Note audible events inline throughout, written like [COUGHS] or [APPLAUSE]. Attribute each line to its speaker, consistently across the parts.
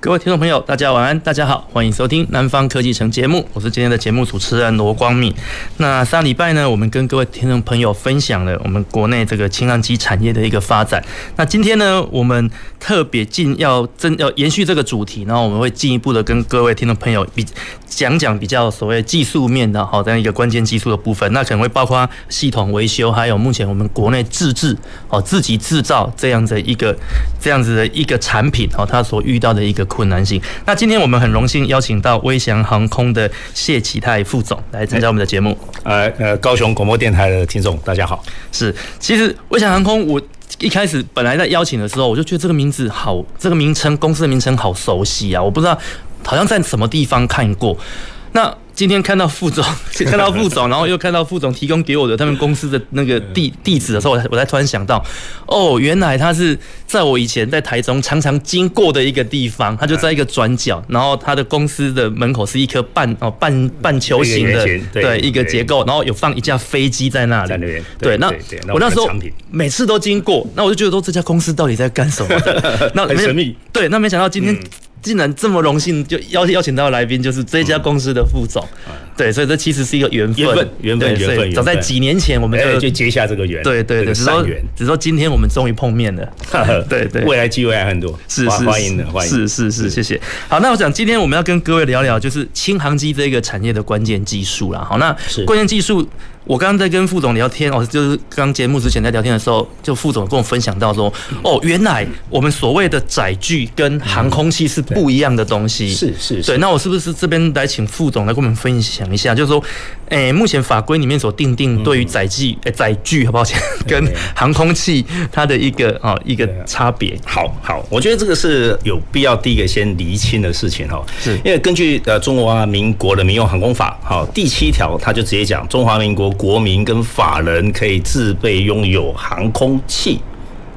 Speaker 1: 各位听众朋友，大家晚安，大家好，欢迎收听《南方科技城》节目，我是今天的节目主持人罗光敏。那上礼拜呢，我们跟各位听众朋友分享了我们国内这个清浪机产业的一个发展。那今天呢，我们特别进要真要延续这个主题，然后我们会进一步的跟各位听众朋友比讲讲比较所谓技术面的好这样一个关键技术的部分，那可能会包括系统维修，还有目前我们国内自制哦自己制造这样的一个这样子的一个产品哦，它所遇到的一个困难性。那今天我们很荣幸邀请到威翔航空的谢启泰副总来参加我们的节目。
Speaker 2: 呃呃，高雄广播电台的听众，大家好。
Speaker 1: 是，其实威翔航空我。一开始本来在邀请的时候，我就觉得这个名字好，这个名称公司的名称好熟悉啊，我不知道好像在什么地方看过。那今天看到副总， [LAUGHS] 看到副总，然后又看到副总提供给我的他们公司的那个地
Speaker 2: 嗯
Speaker 1: 地址的时候，我才我才突然想到，哦，原来他是在我以前在台中常常经过的一个地方，他就在一个转角，然后他的公司的门口是一颗半哦半半球形的
Speaker 2: 一个圆形对
Speaker 1: 对一个结构，然后有放一架飞机在那里，
Speaker 2: 在那边
Speaker 1: 嗯对，
Speaker 2: 对
Speaker 1: 那
Speaker 2: 对对
Speaker 1: 我
Speaker 2: 那我们
Speaker 1: 那时候
Speaker 2: 产品
Speaker 1: 每次都经过，那我就觉得说这家公司到底在干
Speaker 2: [LAUGHS]
Speaker 1: 什么的？那
Speaker 2: 很
Speaker 1: 没
Speaker 2: 神秘嗯
Speaker 1: 对，那没想到今天竟然这么荣幸，就邀邀请到的来宾就是这家公司的副总。对，所以这其实是一个缘分
Speaker 2: 嗯缘分，缘分
Speaker 1: 对所以
Speaker 2: 缘分
Speaker 1: 早在
Speaker 2: 缘分
Speaker 1: 几年前我们
Speaker 2: 哎，
Speaker 1: 就
Speaker 2: 就结下这个缘，
Speaker 1: 呃对对
Speaker 2: 这
Speaker 1: 对，
Speaker 2: 个
Speaker 1: 只说
Speaker 2: 善缘。。
Speaker 1: 只说今天我们终于碰面了 [LAUGHS]
Speaker 2: [LAUGHS]
Speaker 1: 对对，
Speaker 2: 未来机会还很多，
Speaker 1: 是
Speaker 2: 欢
Speaker 1: 是
Speaker 2: 欢迎的，欢迎。
Speaker 1: 是是是，谢谢。好，那我想今天我们要跟各位聊聊，就是轻航机这个产业的关键技术啦。好，那
Speaker 2: 是
Speaker 1: 关键技术，我刚刚在跟副总聊天，哦，就是刚节目之前在聊天的时候，就副总跟我分享到说，哦，原来我们所谓的载具跟航空器是不一样的东西。
Speaker 2: 嗯是是是
Speaker 1: 对，那我是不是这边来请副总来跟我们分享一下，就是说，诶、目前法规里面所定
Speaker 2: 嗯
Speaker 1: 定对于载具、诶、载具，好不好？ [LAUGHS] 跟航空器它的一个哦一个
Speaker 2: 啊
Speaker 1: 差别。
Speaker 2: 好好，我觉得这个是有必要第一个先厘清的事情哈，
Speaker 1: 是
Speaker 2: 因为根据呃中华民国的民用航空法，好第七条，它就直接讲中华民国国民跟法人可以自备拥有航空器，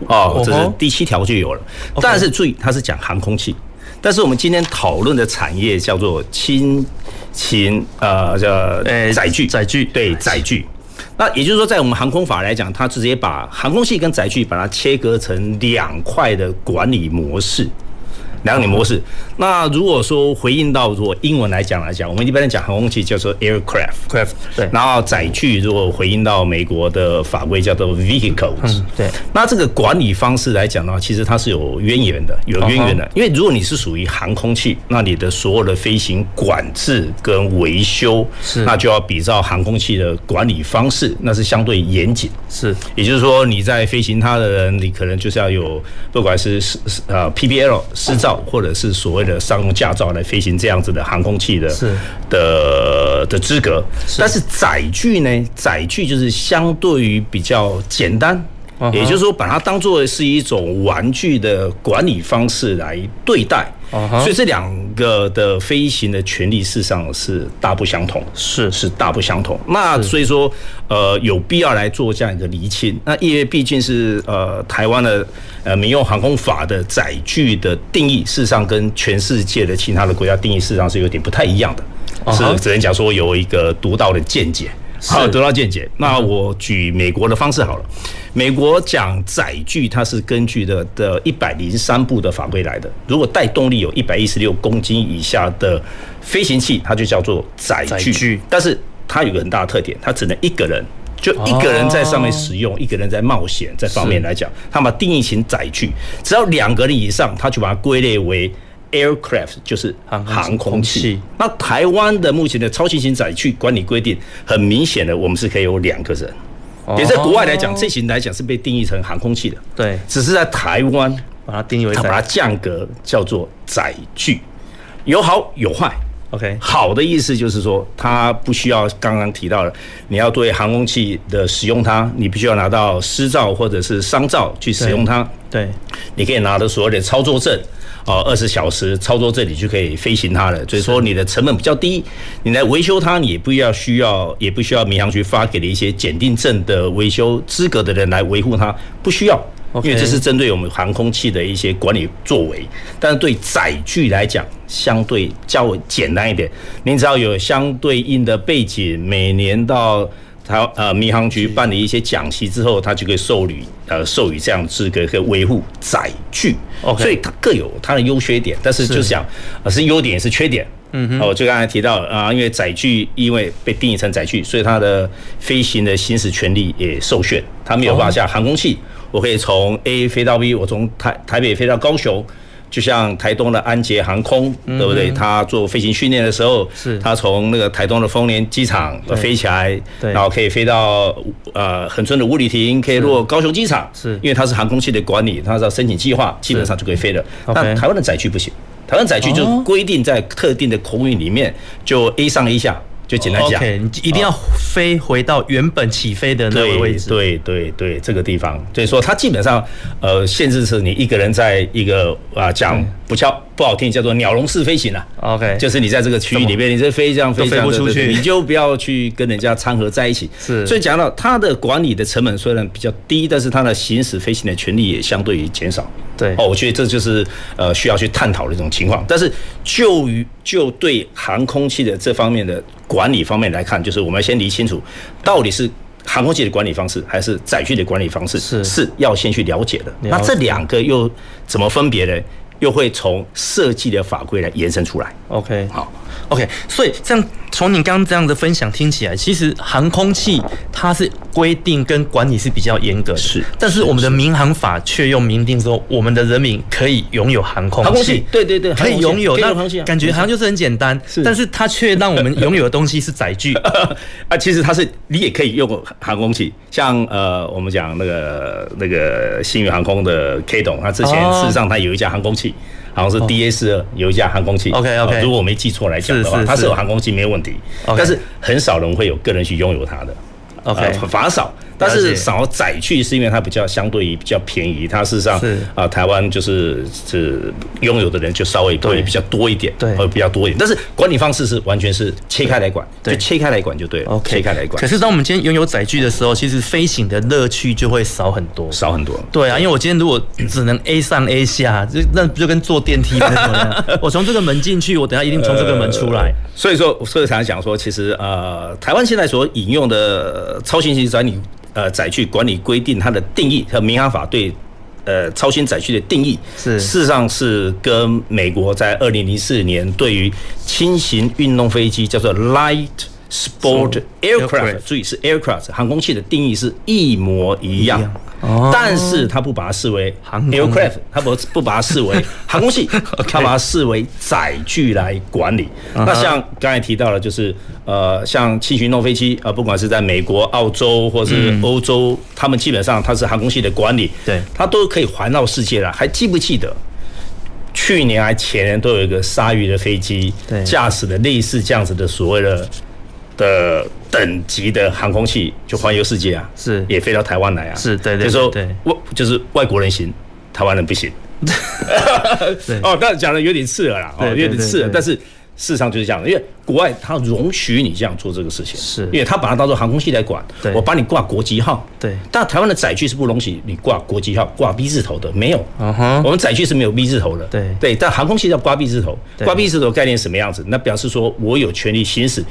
Speaker 2: 哦
Speaker 1: 哦，
Speaker 2: 这是第七条就有了，但是注意它是讲航空器，但是我们今天讨论的产业叫做轻型呃叫
Speaker 1: 呃
Speaker 2: 载具
Speaker 1: 载具
Speaker 2: 对载具。那也就是说，在我们航空法来讲，它直接把航空器跟载具把它切割成两块的管理模式。两种模式。那如果说回应到如果英文来讲来讲，我们一般讲航空器叫做 aircraft，
Speaker 1: Craft，对
Speaker 2: 然后载具如果回应到美国的法规叫做 vehicles，、
Speaker 1: 嗯对。
Speaker 2: 那这个管理方式来讲的话，其实它是有渊源的，有渊源的。
Speaker 1: 嗯
Speaker 2: 因为如果你是属于航空器，那你的所有的飞行管制跟维修，
Speaker 1: 是
Speaker 2: 那就要比照航空器的管理方式，那是相对严谨。
Speaker 1: 是
Speaker 2: 也就是说，你在飞行它的人，你可能就是要有不管是是是呃 PBL 私照，或者是所谓的商用驾照来飞行这样子的航空器的
Speaker 1: 是
Speaker 2: 的的资格。但是载具呢，载具就是相对于比较简单。
Speaker 1: 嗯哼
Speaker 2: 也就是说，把它当做是一种玩具的管理方式来对待
Speaker 1: 嗯哼
Speaker 2: 所以这两个的飞行的权利事实上是大不相同。
Speaker 1: 是
Speaker 2: 是大不相同。那所以说，呃，有必要来做这样一个厘清。那因为毕竟是呃台湾的呃民用航空法的载具的定义，事实上跟全世界的其他的国家定义事实上是有点不太一样的
Speaker 1: 啊哈
Speaker 2: 是只能讲说有一个独到的见解。好，独到见解。那我举美国的方式好了。美国讲载具，它是根据的的一百零三部的法规来的。如果带动力有一百一十六公斤以下的飞行器，它就叫做载
Speaker 1: 载
Speaker 2: 具。
Speaker 1: 具
Speaker 2: 但是它有个很大的特点，它只能一个人，就一个人在上面使用，一个人在冒险这方面来讲，它把定义型载具，只要两个人以上，它就把它归类为 aircraft，就是
Speaker 1: 航空
Speaker 2: 航空器
Speaker 1: 器。
Speaker 2: 那台湾的目前的超新型载具管理规定，很明显的，我们是可以有两个人。也在国外来讲，这型来讲是被定义成航空器的，
Speaker 1: 对
Speaker 2: 只是在台湾
Speaker 1: 把它定义为
Speaker 2: 它把它
Speaker 1: 载
Speaker 2: 降格叫做载具，有好有坏。
Speaker 1: OK
Speaker 2: 好的意思就是说，它不需要刚刚提到了，你要对航空器的使用它，你必须要拿到师照或者是商照去使用它。
Speaker 1: 对
Speaker 2: 你可以拿到所谓的操作证。呃二十小时操作这里就可以飞行它了，所以说你的成本比较低，你来维修它，你也不要需要也不需要民航局发给的一些检定证的维修资格的人来维护它，不需要。因
Speaker 1: OK
Speaker 2: 为这是针对我们航空器的一些管理作为，但是对载具来讲，相对较为简单一点。您只要有相对应的背景，每年到它呃民航局办理一些讲习之后，它就可以授予呃授予这样的资格，可以维护载具。
Speaker 1: OK
Speaker 2: 所以它各有它的优缺点，但是就是讲呃是优点也是缺点。嗯哼，哦，就刚才提到啊、因为载具因为被定义成载具，所以它的飞行的行驶权利也受限，它没有办法像航空器，我可以从 A 飞到 B，我从台台北飞到高雄，就像台东的安捷航空，对不对？它做飞行训练的时候，
Speaker 1: 嗯是
Speaker 2: 它从那个台东的丰年机场呃飞起来，
Speaker 1: 对
Speaker 2: 然后可以飞到呃恒春的五里亭，可以落高雄机场，
Speaker 1: 是
Speaker 2: 因为它是航空器的管理，它是要申请计划，基本上就可以飞了。
Speaker 1: OK
Speaker 2: 但台湾的载具不行，台湾载具就
Speaker 1: 哦
Speaker 2: 规定在特定的空域里面就 A 上 A 下，就简单讲。
Speaker 1: OK，你一定要飞回到原本起飞的那
Speaker 2: 对
Speaker 1: 个位置。
Speaker 2: 对对对，这个地方，所以说它基本上，呃，限制是你一个人在一个啊，讲不叫不好听，叫做鸟笼式飞行啊。
Speaker 1: OK，
Speaker 2: 就是你在这个区域里面，你这飞这样飞
Speaker 1: 都
Speaker 2: 这
Speaker 1: 飞
Speaker 2: 样
Speaker 1: 不出去
Speaker 2: 对对对你就不要去跟人家掺和在一起。
Speaker 1: 是
Speaker 2: 所以讲到它的管理的成本虽然比较低，但是它的行使飞行的权利也相对于减少。
Speaker 1: 对
Speaker 2: 哦，我觉得这就是呃需要去探讨的一种情况。但是就于就对航空器的这方面的管理方面来看，就是我们要先理清楚到底是。航空器的管理方式还是载具的管理方式
Speaker 1: 是
Speaker 2: 是要先去了解的。
Speaker 1: 解
Speaker 2: 那这两个又怎么分别呢？又会从设计的法规来延伸出来。
Speaker 1: OK，
Speaker 2: 好
Speaker 1: ，OK，所以这样从你刚刚这样的分享听起来，其实航空器它是规定跟管理是比较严格的，
Speaker 2: 是
Speaker 1: 但是我们的民航法却又明定说，我们的人民可以拥有航空
Speaker 2: 航空器对对对
Speaker 1: 可以
Speaker 2: 航空
Speaker 1: 拥
Speaker 2: 器
Speaker 1: 有，
Speaker 2: 可以
Speaker 1: 那
Speaker 2: 有航空器啊
Speaker 1: 感觉好像就是很简单，
Speaker 2: 是
Speaker 1: 但是它却让我们拥有的东西是载
Speaker 2: [LAUGHS]
Speaker 1: 具。
Speaker 2: 啊，其实它是你也可以用航空器，像呃，我们讲那个那个星宇航空的 K 董，他之前
Speaker 1: 哦
Speaker 2: 事实上他有一架航空器，好像是 DA 四二有一架航空器。
Speaker 1: OK，OK
Speaker 2: 呃如果我没记错来讲的
Speaker 1: 是
Speaker 2: 话，
Speaker 1: 是
Speaker 2: 它是
Speaker 1: 是
Speaker 2: 有航空器没有问题，
Speaker 1: OK
Speaker 2: 但是很少人会有个人去拥有它的。
Speaker 1: OK
Speaker 2: 呃反而少，但
Speaker 1: 了解
Speaker 2: 是少载具是因为它比较相对于比较便宜，它事实上
Speaker 1: 是
Speaker 2: 啊、台湾就是是拥有的人就稍微
Speaker 1: 对
Speaker 2: 会比较多一点，
Speaker 1: 对
Speaker 2: 会比较多一点，但是管理方式是完全是切开来管，
Speaker 1: 对
Speaker 2: 就切开来管就对了
Speaker 1: OK，
Speaker 2: 切开来管
Speaker 1: 可。是当我们今天拥有载具的时候，其实飞行的乐趣就会少很多。
Speaker 2: 少很多。
Speaker 1: 对啊，因为我今天如果只能 A 上 A 下，就那不就跟坐电梯一样？
Speaker 2: [LAUGHS]
Speaker 1: 我从这个门进去，我等下一定从这个门出来。
Speaker 2: 所以说，所以才讲说，其实呃，台湾现在所引用的呃超新型载具呃载具管理规定，它的定义和民航法对。呃，超新载具的定义
Speaker 1: 是
Speaker 2: 事实上是跟美国在二零零四年对于轻型运动飞机叫做 light sport
Speaker 1: aircraft
Speaker 2: aircraft，注意是 aircraft 航空器的定义是一模一样
Speaker 1: 一样，哦
Speaker 2: 但是它不把它视为
Speaker 1: 航空
Speaker 2: aircraft，它不不把它视
Speaker 1: [LAUGHS]
Speaker 2: 为航空器， [LAUGHS] 它把它视为载具来管理。
Speaker 1: 啊
Speaker 2: 那像刚才提到了，就是呃，像轻巡弄飞机啊、呃不管是在美国、澳洲或是欧洲，他们基本上它是航空器的管理，
Speaker 1: 嗯对
Speaker 2: 它都可以环绕世界了。还记不记得？去年还前年都有一个鲨鱼的飞机
Speaker 1: 对，
Speaker 2: 驾驶的类似这样子的所谓的的等级的航空器，就环游世界啊，
Speaker 1: 是
Speaker 2: 也飞到台湾来啊，
Speaker 1: 是对对
Speaker 2: 就是说
Speaker 1: 对对
Speaker 2: 外就是外国人行，台湾人
Speaker 1: [LAUGHS]
Speaker 2: 不行。 [LAUGHS] 哦，但讲的有点刺耳啦，哦，
Speaker 1: 对对
Speaker 2: 有点刺
Speaker 1: 对
Speaker 2: 耳
Speaker 1: 对，
Speaker 2: 但是。事实上就是这样的，因为国外它容许你这样做这个事情，
Speaker 1: 是
Speaker 2: 因为它把它当做航空器来管
Speaker 1: 对，
Speaker 2: 我把你挂国籍号，
Speaker 1: 对
Speaker 2: 但台湾的载具是不容许你挂国籍号、挂 B 字头的，没有，
Speaker 1: 嗯哼
Speaker 2: 我们载具是没有 B 字头的，
Speaker 1: 对
Speaker 2: 对，但航空器要挂 B 字头，
Speaker 1: 对
Speaker 2: 挂 B 字头概念是什么样子？那表示说我有权利行使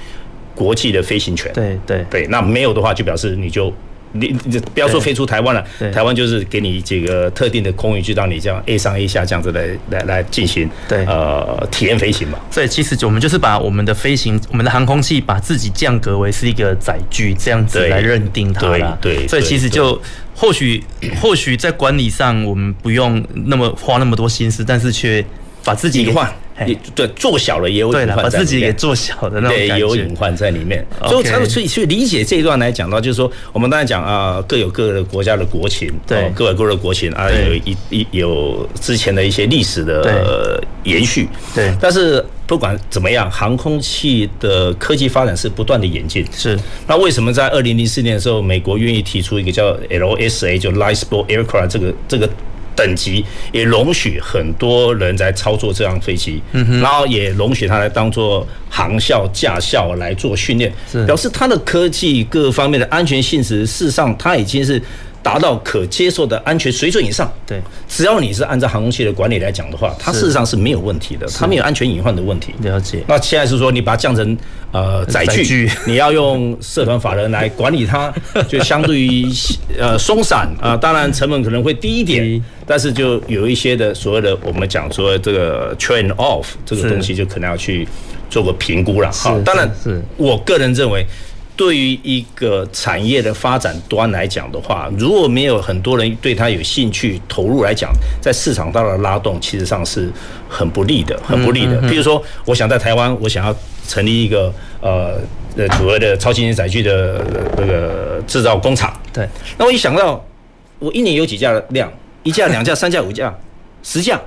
Speaker 2: 国际的飞行权，
Speaker 1: 对对
Speaker 2: 对，那没有的话，就表示你就你你不要说飞出台湾了
Speaker 1: 对，
Speaker 2: 台湾就是给你这个特定的空域，就让你这样 A 上 A 下这样子来来来进行
Speaker 1: 对
Speaker 2: 呃体验飞行嘛。
Speaker 1: 所以其实我们就是把我们的飞行、我们的航空器，把自己降格为是一个载具，这样子
Speaker 2: 对
Speaker 1: 来认定它啦。
Speaker 2: 对对
Speaker 1: 所以其实
Speaker 2: 对
Speaker 1: 就或许或许在管理上我们不用那么花那么多心思，但是却把自己
Speaker 2: 隐
Speaker 1: 给
Speaker 2: 患
Speaker 1: 嘿，
Speaker 2: 也对做小了也有
Speaker 1: 对
Speaker 2: 隐
Speaker 1: 了，
Speaker 2: 患
Speaker 1: 把
Speaker 2: 在
Speaker 1: 自
Speaker 2: 里
Speaker 1: 己
Speaker 2: 面
Speaker 1: 给做小的那种
Speaker 2: 对，
Speaker 1: 感
Speaker 2: 有
Speaker 1: 觉
Speaker 2: 隐。患在里面，
Speaker 1: OK
Speaker 2: 所以我才会去去理解这一段来讲到，就是说我们当然讲啊、各有各的国家的国情，
Speaker 1: 对
Speaker 2: 哦各有各的国情啊，
Speaker 1: 对
Speaker 2: 有一一有之前的一些历史的
Speaker 1: 对
Speaker 2: 呃延续，
Speaker 1: 对
Speaker 2: 但是不管怎么样，航空器的科技发展是不断的演进，
Speaker 1: 是
Speaker 2: 那为什么在二零零四年的时候，美国愿意提出一个叫 LSA，就 Light Sport Aircraft 这个这个等级，也容许很多人来操作这样飞机，然后也容许它来当做航校、驾校来做训练
Speaker 1: 是，
Speaker 2: 表示它的科技各方面的安全性质，事实上它已经是。达到可接受的安全水准以上，
Speaker 1: 对
Speaker 2: 只要你是按照航空器的管理来讲的话，它事实上是没有问题的，它没有安全隐患的问题。
Speaker 1: 了解
Speaker 2: 那现在是说你把它降成呃载
Speaker 1: 载具
Speaker 2: 具， [LAUGHS] 你要用社团法人来管理它，就相对于呃松散啊、呃当然成本可能会低一
Speaker 1: 低
Speaker 2: 点，但是就有一些的所谓的我们讲说这个 train off 这
Speaker 1: 是
Speaker 2: 个东西，就可能要去做个评估了。好，当然
Speaker 1: 是是
Speaker 2: 我个人认为。对于一个产业的发展端来讲的话，如果没有很多人对它有兴趣投入来讲，在市场上的拉动，其实上是很不利的，
Speaker 1: 嗯
Speaker 2: 很不利的。譬如说，我想在台湾，我想要成立一个呃呃所谓的超新型载具的呃那个制造工厂，
Speaker 1: 对，
Speaker 2: 那我一想到，我一年有几架量，一架、两架、三架、五架、十架。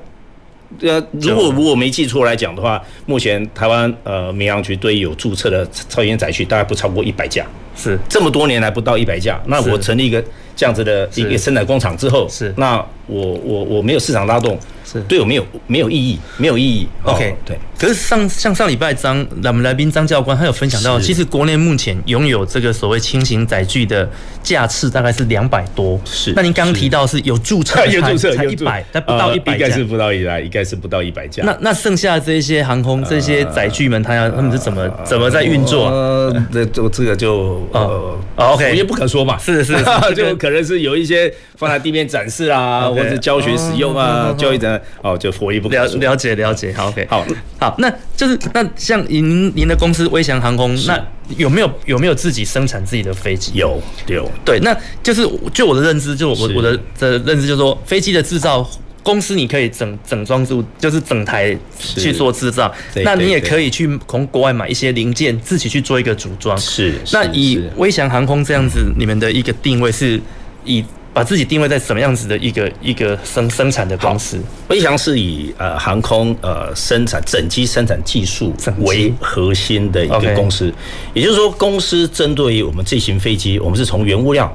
Speaker 2: 呃，如果如果没记错来讲的话，目前台湾呃民航局对有注册的超级载具大概不超过一百架，
Speaker 1: 是
Speaker 2: 这么多年来不到一百架。那
Speaker 1: 是
Speaker 2: 我成立一个这样子的一个生产工厂之后，
Speaker 1: 是
Speaker 2: 那我我我没有市场拉动，
Speaker 1: 是
Speaker 2: 对我没有没有意义，没有意义。
Speaker 1: OK，
Speaker 2: 哦 [LAUGHS] 对，
Speaker 1: 可是上像上礼拜张我们来宾张教官他有分享到，
Speaker 2: 是
Speaker 1: 其实国内目前拥有这个所谓轻型载具的架次大概是两百多。
Speaker 2: 是
Speaker 1: 那您刚刚
Speaker 2: 是
Speaker 1: 提到是有注
Speaker 2: [LAUGHS]
Speaker 1: 册的才，
Speaker 2: 有注册
Speaker 1: 才
Speaker 2: 有
Speaker 1: 一
Speaker 2: 注
Speaker 1: 百，但不到
Speaker 2: 呃
Speaker 1: 一百
Speaker 2: 应该
Speaker 1: 架
Speaker 2: 是。不到一百，应该是不到一百架。
Speaker 1: 那那剩下这些航空这些载具们，他要他们是怎么怎么在运作啊？
Speaker 2: 呃，这这这个就
Speaker 1: 哦
Speaker 2: 呃
Speaker 1: 哦，OK
Speaker 2: 我也不敢说嘛，
Speaker 1: 是
Speaker 2: [LAUGHS]
Speaker 1: 是是这个
Speaker 2: 就可能是有一些放在地面展示啊，
Speaker 1: OK 嗯
Speaker 2: 或者教学使用啊，教育的哦，就我也不
Speaker 1: 了
Speaker 2: 敢说。
Speaker 1: 了解了解，好，OK，
Speaker 2: 好
Speaker 1: 好，那就是那像您您的公司微翔航空，那有没有有没有自己生产自己的飞机？
Speaker 2: 有有
Speaker 1: 对，那就是我就我的认知，就我
Speaker 2: 是
Speaker 1: 我的的认知就是说，飞机的制造公司你可以整整装住，就是整台
Speaker 2: 是
Speaker 1: 去做制造，
Speaker 2: 对
Speaker 1: 那
Speaker 2: 对
Speaker 1: 你也
Speaker 2: 对
Speaker 1: 可以去从国外买一些零件，自己去做一个组装。
Speaker 2: 是
Speaker 1: 那
Speaker 2: 是
Speaker 1: 以
Speaker 2: 是嗯
Speaker 1: 微翔航空这样子，你们的一个定位是以把自己定位在什么样子的一个一个生生产的公司？
Speaker 2: 飞翔是以呃航空呃生产整机生产技术
Speaker 1: 整机
Speaker 2: 为核心的一
Speaker 1: OK
Speaker 2: 个公司也就是说，公司针对于我们这型飞机，我们是从原物料、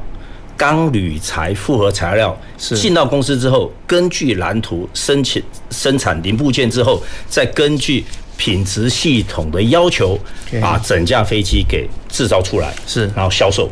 Speaker 2: 钢铝材复合材料
Speaker 1: 是
Speaker 2: 进到公司之后，根据蓝图申请生产零部件之后，再根据品质系统的要求
Speaker 1: OK
Speaker 2: 把整架飞机给制造出来，
Speaker 1: 是
Speaker 2: 然后销售。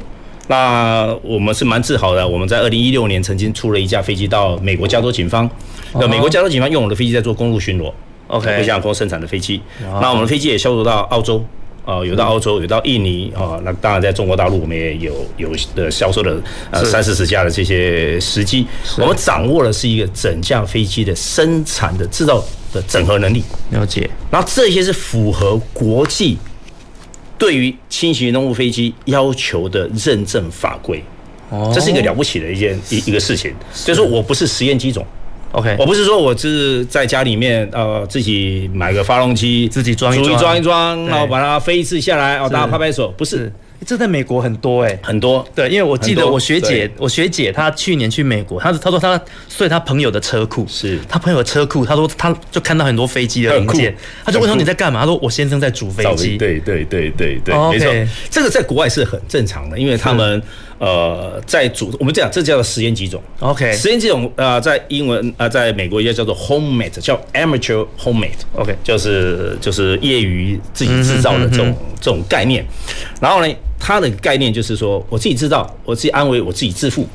Speaker 2: 那我们是蛮自豪的，我们在二零一六年曾经出了一架飞机到美国加州警方，那美国加州警方用我们的飞机在做公路巡逻
Speaker 1: 哦 OK
Speaker 2: 飞航空生产的飞机
Speaker 1: 哦。
Speaker 2: 那我们的飞机也销售到澳洲，呃，有到澳洲，有到印尼啊、那当然在中国大陆我们也有有的销售的呃
Speaker 1: 是
Speaker 2: 三四十架的这些时机。我们掌握的是一个整架飞机的生产的制造的整合能力。
Speaker 1: 了解，
Speaker 2: 然后这些是符合国际对于轻型运动物飞机要求的认证法规，
Speaker 1: 哦
Speaker 2: 这是一个了不起的一件一一个事情。就是说我不是实验机种，
Speaker 1: OK，
Speaker 2: 我不是说我是在家里面呃自己买个发动机，
Speaker 1: 自己装一
Speaker 2: 组
Speaker 1: 装
Speaker 2: 装一装，
Speaker 1: 对
Speaker 2: 然后把它飞一次下来，哦，
Speaker 1: 是
Speaker 2: 大家拍拍手，不
Speaker 1: 是
Speaker 2: 是
Speaker 1: 这在美国很多哎、
Speaker 2: 很多。
Speaker 1: 对，因为我记
Speaker 2: 很
Speaker 1: 得
Speaker 2: 多
Speaker 1: 我学姐
Speaker 2: 对，
Speaker 1: 我学姐她去年去美国，她她说她睡她朋友的车库，
Speaker 2: 是
Speaker 1: 她朋友的车库，她说她就看到很多飞机的零
Speaker 2: 很
Speaker 1: 件
Speaker 2: 酷，
Speaker 1: 她就问说
Speaker 2: 很酷
Speaker 1: 你在干嘛？她说我先生在煮飞机，
Speaker 2: 对对对对对，
Speaker 1: 哦
Speaker 2: 没错
Speaker 1: OK，
Speaker 2: 这个在国外是很正常的，因为他们呃在组，我们讲这叫实验机种。
Speaker 1: ，OK
Speaker 2: 实验机种呃在英文呃在美国也叫做 homemade，叫 amateur homemade。
Speaker 1: OK
Speaker 2: 就是就是业余自己制造的这种、
Speaker 1: 嗯哼
Speaker 2: 这种概念。然后呢，它的概念就是说我自己制造，我自己安慰我自己自负。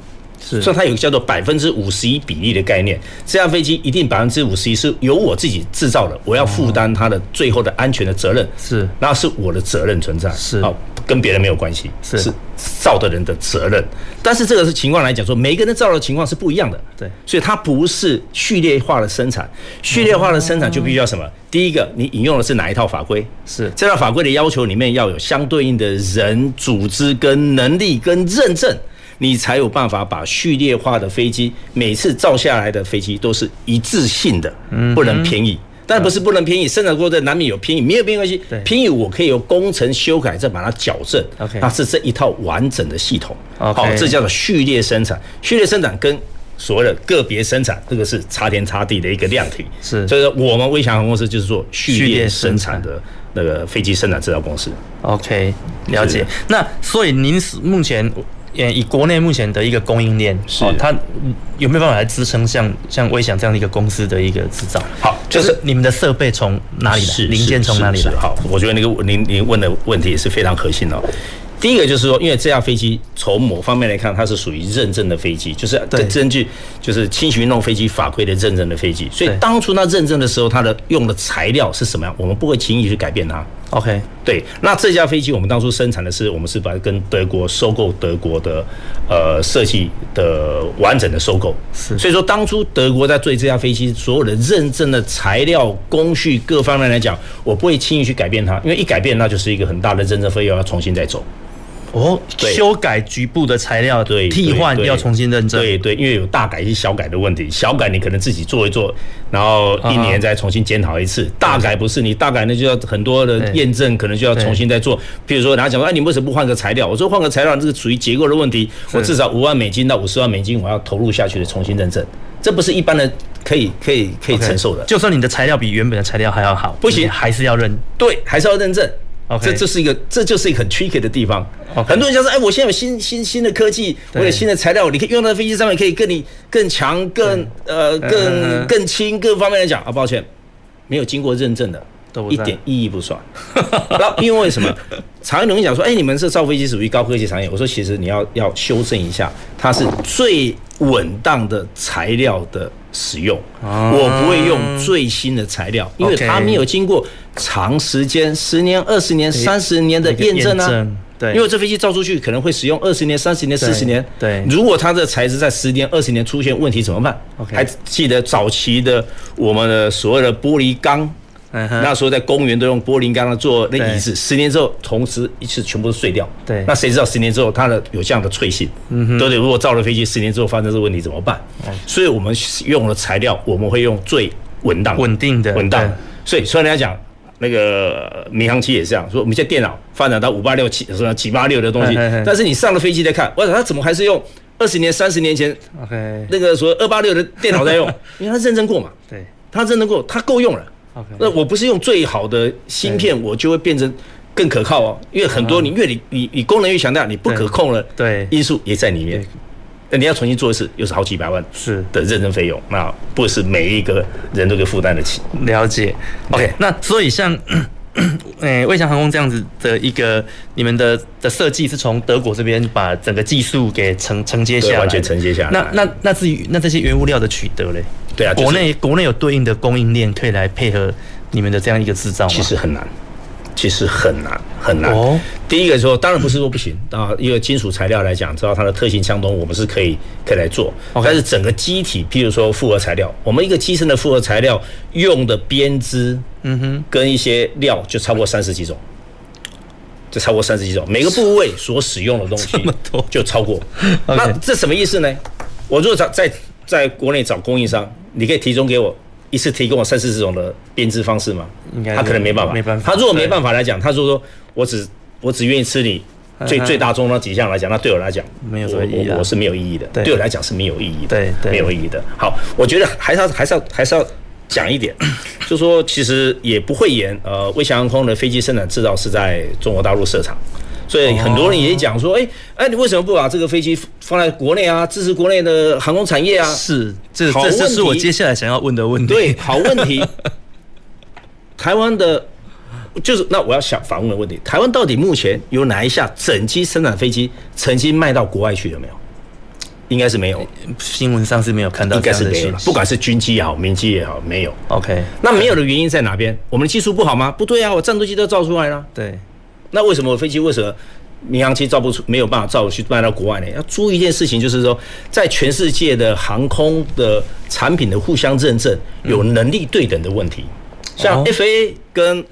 Speaker 1: 是
Speaker 2: 所以它有个叫做百分之五十一比例的概念，这架飞机一定百分之五十一是由我自己制造的，我要负担它的最后的安全的责任，
Speaker 1: 是
Speaker 2: 那是我的责任存在，
Speaker 1: 是
Speaker 2: 啊，跟别人没有关系，
Speaker 1: 是
Speaker 2: 造的人的责任。但是这个是情况来讲说，每个人造的情况是不一样的，
Speaker 1: 对
Speaker 2: 所以它不是序列化的生产，序列化的生产就必须要什么？第一个，你引用的是哪一套法规？
Speaker 1: 是
Speaker 2: 这套法规的要求里面要有相对应的人、组织跟能力跟认证，你才有办法把序列化的飞机每次造下来的飞机都是一致性的，
Speaker 1: 嗯
Speaker 2: 不能偏移。但不是不能偏移，生产过程难免有偏移，没有偏移关系
Speaker 1: 对，
Speaker 2: 偏移我可以由工程修改再把它矫正。
Speaker 1: OK
Speaker 2: 那是这一套完整的系统。
Speaker 1: OK
Speaker 2: 好，这叫做序列生产。序列生产跟所谓的个别生产，这个是差天差地的一个量体。
Speaker 1: 是
Speaker 2: 所以说我们微翔航空公司就是做
Speaker 1: 序
Speaker 2: 序
Speaker 1: 列
Speaker 2: 列
Speaker 1: 生
Speaker 2: 生
Speaker 1: 产
Speaker 2: 产的那个飞机生产制造公司。
Speaker 1: OK 了解
Speaker 2: 是。
Speaker 1: 那所以您是目前呃，以国内目前的一个供应链，
Speaker 2: 是
Speaker 1: 它有没有办法来支撑像像微享这样的一个公司的一个制造？
Speaker 2: 好
Speaker 1: 就
Speaker 2: 就是
Speaker 1: 是你们的设备从哪里来？
Speaker 2: 是
Speaker 1: 零件从哪里
Speaker 2: 是
Speaker 1: 来
Speaker 2: 是？好，我觉得那个您您问的问题也是非常核心哦。第一个就是说，因为这架飞机从某方面来看，它是属于认证的飞机，就是
Speaker 1: 对
Speaker 2: 根据就是轻型运动飞机法规的认证的飞机。所以
Speaker 1: 对
Speaker 2: 当初它认证的时候，它的用的材料是什么样，我们不会轻易去改变它。
Speaker 1: OK，
Speaker 2: 对，那这架飞机我们当初生产的是，我们是把它跟德国收购德国的呃设计的完整的收购，
Speaker 1: 是
Speaker 2: 所以说当初德国在对这架飞机所有的认证的材料、工序各方面来讲，我不会轻易去改变它，因为一改变那就是一个很大的认证费用，要重新再走。
Speaker 1: 哦，
Speaker 2: 对
Speaker 1: 修改局部的材料，
Speaker 2: 对，
Speaker 1: 替
Speaker 2: 对
Speaker 1: 换
Speaker 2: 对
Speaker 1: 要重新认证，
Speaker 2: 对对，因为有大改一些小改的问题，小改你可能自己做一做，然后一
Speaker 1: 啊哈
Speaker 2: 年再重新检讨一次。大改不是你大改，那就要很多的
Speaker 1: 对
Speaker 2: 验证，可能就要
Speaker 1: 对
Speaker 2: 重新再做。比如说，人家讲说，哎，你为什么不换个材料？我说换个材料，这个属于结构的问题，我至少五万美金到五十万美金，我要投入下去的重新认证，这不是一般的可以可以可以
Speaker 1: OK，
Speaker 2: 承受的。
Speaker 1: 就算你的材料比原本的材料还要好，
Speaker 2: 不行
Speaker 1: 你还是要认。
Speaker 2: 对，还是要认证。
Speaker 1: OK
Speaker 2: 这就是一个，这就是一个很 tricky 的地方。
Speaker 1: OK
Speaker 2: 很多人想说，哎，我现在有新新新的科技，我
Speaker 1: 对
Speaker 2: 有新的材料，你可以用到飞机上面，可以跟你更强、更呃、
Speaker 1: 嗯嗯
Speaker 2: 更更轻各方面来讲啊。抱歉，没有经过认证的
Speaker 1: 都，不
Speaker 2: 一
Speaker 1: 在
Speaker 2: 点意义不算。 [LAUGHS] 那因为什么？常有人讲说，哎，你们这造飞机属于高科技产业。我说，其实你要要修正一下，它是最稳当的材料的使用。我不会用最新的材料，因为
Speaker 1: 啊 OK
Speaker 2: 它没有经过长时间，十年、二十年、三十年的
Speaker 1: 那个
Speaker 2: 验证
Speaker 1: 验
Speaker 2: 啊
Speaker 1: 证。对
Speaker 2: 因为这飞机造出去可能会使用二十年、三十年、
Speaker 1: 对
Speaker 2: 四十年。
Speaker 1: 对
Speaker 2: 如果它的材质在十年、二十年出现问题怎么办
Speaker 1: OK
Speaker 2: 还记得早期的我们的所谓的玻璃钢。
Speaker 1: 嗯哼
Speaker 2: 那时候在公园都用玻璃钢做那椅子，
Speaker 1: 对
Speaker 2: 十年之后同时一次全部都碎掉。
Speaker 1: 对
Speaker 2: 那谁知道十年之后它的有这样的脆性，嗯、对不对？如果造了飞机，十年之后发生这个问题怎么办？所以我们用的材料，我们会用最稳当的、
Speaker 1: 稳定的
Speaker 2: 稳当
Speaker 1: 对
Speaker 2: 的。所以，所以人家讲那个民航机也是这样，说我们现在电脑发展到五八六七说七八六的东西
Speaker 1: 嗯嘿嘿嘿，
Speaker 2: 但是你上了飞机再看，我操，它怎么还是用二十年、三十年前
Speaker 1: OK，
Speaker 2: 那个说二八六的电脑
Speaker 1: [LAUGHS]
Speaker 2: 在用？因为它认证过嘛，
Speaker 1: 对
Speaker 2: 它认证过，它够用了。
Speaker 1: ，OK，
Speaker 2: 那我不是用最好的芯片，我就会变成更可靠哦。因为很多你越你你你功能越强大，你不可控了，
Speaker 1: 嗯对
Speaker 2: 因素也在里面
Speaker 1: 对。
Speaker 2: 那你要重新做一次，又是好几百万
Speaker 1: 是
Speaker 2: 的认证费用，那不是每一个人都可以负担得起。
Speaker 1: 了解。OK，那所以像。诶，卫翔航空这样子的一个，你们的的设计是从德国这边把整个技术给承承接下来
Speaker 2: 对
Speaker 1: 的，
Speaker 2: 完全承接下来
Speaker 1: 那那那至于那这些原物料的取得嘞，
Speaker 2: 对啊就是
Speaker 1: 国内国内有对应的供应链可以来配合你们的这样一个制造吗？
Speaker 2: 其实很难，其实很难很难。
Speaker 1: 哦
Speaker 2: 第一个说，当然不是说不行啊，因为金属材料来讲，知道它的特性相同，我们是可以可以来做。
Speaker 1: OK
Speaker 2: 但是整个机体，譬如说复合材料，我们一个机身的复合材料用的编织，嗯哼，跟一些料就超过三十几种。就超过三十几种，每个部位所使用的
Speaker 1: [LAUGHS]
Speaker 2: 东西
Speaker 1: 多
Speaker 2: 就超过。
Speaker 1: OK
Speaker 2: 那这什么意思呢？我如果找在在国内找供应商，你可以提供给我一次提供我三四十种的编织方式吗？
Speaker 1: 应该是
Speaker 2: 他可能没办法，
Speaker 1: 没办法
Speaker 2: 他如果没
Speaker 1: 对
Speaker 2: 办法来讲，他如果说我只我只愿意吃你最
Speaker 1: 嗯哼
Speaker 2: 最大宗那几项来讲，那对我来讲
Speaker 1: 没有什
Speaker 2: 我
Speaker 1: 么意义啊
Speaker 2: 我我是没有意义的，
Speaker 1: 对
Speaker 2: 对我来讲是没有意义的，
Speaker 1: 对对
Speaker 2: 没有意义的。好，我觉得还是要还是要还是要讲一点，就说其实也不会言，呃，卫翔航空的飞机生产制造是在中国大陆设厂。所以很多人
Speaker 1: 哦
Speaker 2: 也讲说，哎、哎、你为什么不把这个飞机放在国内啊，支持国内的航空产业啊？
Speaker 1: 是，这
Speaker 2: 好
Speaker 1: 这这
Speaker 2: 问
Speaker 1: 是我
Speaker 2: 题
Speaker 1: 接下来想要问的问题。
Speaker 2: 对，好问 [LAUGHS] 题。台湾的，就是那我要想反问的问题：台湾到底目前有哪一架整机生产飞机曾经卖到国外去了没有？应该是没有，
Speaker 1: 新闻上是没有看到
Speaker 2: 应
Speaker 1: 这样
Speaker 2: 该是
Speaker 1: 的
Speaker 2: 没有
Speaker 1: 讯
Speaker 2: 了。
Speaker 1: 息，
Speaker 2: 不管是军机也好，民机也好，没有。
Speaker 1: OK，
Speaker 2: 那没有的原因在哪边？我们的技术不好吗？不对啊，我战斗机都造出来了。
Speaker 1: 对，
Speaker 2: 那为什么飞机为什么民航机造不出，没有办法造去卖到国外呢？要注意一件事情，就是说，在全世界的航空的产品的互相认证，有能力对等的问题。像
Speaker 1: 哦
Speaker 2: FA 跟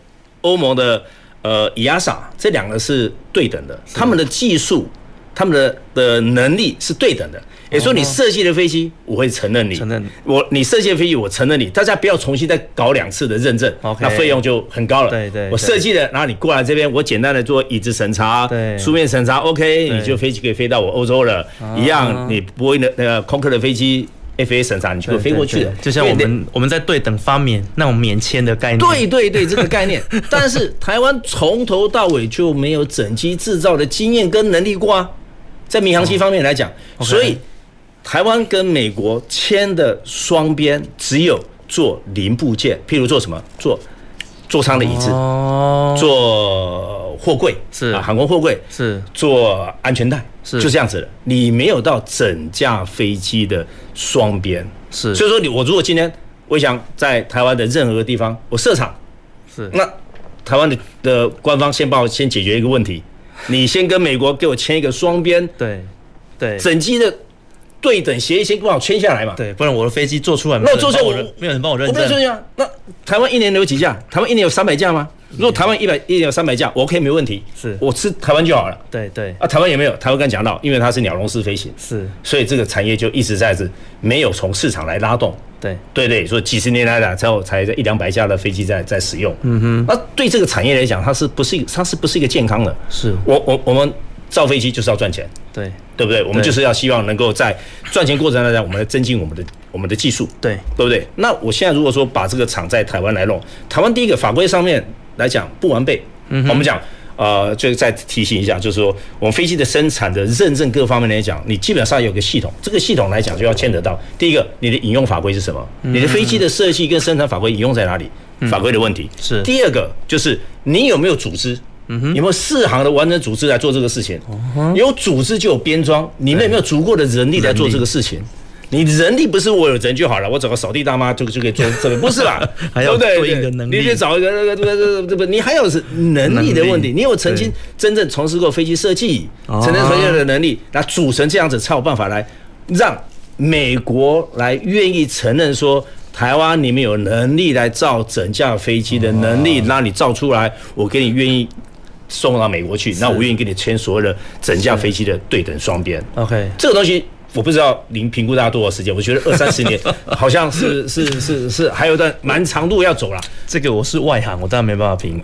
Speaker 2: 欧盟的呃 EASA 这两个是对等的，他们的技术、他们的的能力是对等的。也说你设计的飞机，我会承认你，
Speaker 1: 哦承认
Speaker 2: 我你设计的飞机，我承认你，大家不要重新再搞两次的认证
Speaker 1: OK
Speaker 2: 那费用就很高了。
Speaker 1: 对对
Speaker 2: 我
Speaker 1: 对
Speaker 2: 设计。记得，然后你过来这边，我简单的做椅子审查
Speaker 1: 对、
Speaker 2: 书面审查，OK，你就飞机可以飞到我欧洲了。一
Speaker 1: 啊
Speaker 2: 样，你波音的那个空客的飞机 FA 审查，你就可以飞过去了
Speaker 1: 对对。对就像我们我们在对等发免那种免签的概念。
Speaker 2: 对对对，这个概念。 [LAUGHS] 但是台湾从头到尾就没有整机制造的经验跟能力过啊。在民航机方面来讲，
Speaker 1: 哦 OK
Speaker 2: 所以台湾跟美国签的双边只有做零部件，譬如做什么，做座舱的椅子，
Speaker 1: 哦，
Speaker 2: 做货柜
Speaker 1: 是
Speaker 2: 啊，航空货柜
Speaker 1: 是
Speaker 2: 做安全带
Speaker 1: 是
Speaker 2: 就这样子的，你没有到整架飞机的双边，
Speaker 1: 是
Speaker 2: 所以说你我如果今天我想在台湾的任何地方我设厂，
Speaker 1: 是
Speaker 2: 那台湾的的官方先帮我先解决一个问题，你先跟美国给我签一个双边
Speaker 1: 对对
Speaker 2: 整机的对等协议，先帮我签下来嘛。
Speaker 1: 对，不然我的飞机做出来，
Speaker 2: 那我做出来
Speaker 1: 没有
Speaker 2: 我
Speaker 1: 人帮我认没有人帮我认
Speaker 2: 我不能说
Speaker 1: 证，
Speaker 2: 这样。那台湾一年有几架？台湾一年有三百架吗？如果台湾一百一年有三百架，我 OK 没问题，
Speaker 1: 是
Speaker 2: 我吃台湾就好了。
Speaker 1: 对对
Speaker 2: 啊，台湾也没有，台湾刚才讲到，因为它是鸟笼式飞行，
Speaker 1: 是，
Speaker 2: 所以这个产业就一直在是没有从市场来拉动。
Speaker 1: 对
Speaker 2: 对对，所以几十年来的才有才在一两百架的飞机在在使用。嗯哼，那对这个产业来讲，它是不是一它是不是一个健康的？
Speaker 1: 是
Speaker 2: 我我我们造飞机就是要赚钱，
Speaker 1: 对
Speaker 2: 对不对？我们
Speaker 1: 对
Speaker 2: 就是要希望能够在赚钱过程当中，我们来增进我们的我们的技术，
Speaker 1: 对
Speaker 2: 对不对？那我现在如果说把这个厂在台湾来弄，台湾第一个法规上面来讲不完备，嗯、我们讲。呃，就是再提醒一下，就是说我们飞机的生产的认证各方面来讲，你基本上有个系统，这个系统来讲就要牵扯到第一个，你的引用法规是什么？你的飞机的设计跟生产法规引用在哪里？法规的问题
Speaker 1: 是？
Speaker 2: 第二个就是你有没有组织？有没有四行的完整组织来做这个事情？有组织就有编装，你们有没有足够的人力来做这个事情？你人力不是我有人就好了，我找个扫地大妈就就可以做这个，不是吧
Speaker 1: [LAUGHS] 还要
Speaker 2: 对不
Speaker 1: 对
Speaker 2: 对
Speaker 1: 应的能力
Speaker 2: 你得找一个那个这个这个，你还有是能力的问
Speaker 1: 能力
Speaker 2: 题，你有曾经
Speaker 1: 对
Speaker 2: 真正从事过飞机设计，
Speaker 1: 哦
Speaker 2: 曾经从业的能力，那组成这样子才有办法来让美国来愿意承认说。台湾，你们有能力来造整架飞机的能
Speaker 1: 啊
Speaker 2: 力，那你造出来，我给你愿意送到美国去，那我愿意跟你签所谓的整架飞机的对等双边。
Speaker 1: ，OK，
Speaker 2: 这个东西我不知道您评估大家多少时间，我
Speaker 1: [LAUGHS]
Speaker 2: 觉得二三十年好像是是是是还有一段蛮长路要
Speaker 1: [LAUGHS]
Speaker 2: 走啦。
Speaker 1: 这个我是外行，我当然没办法评，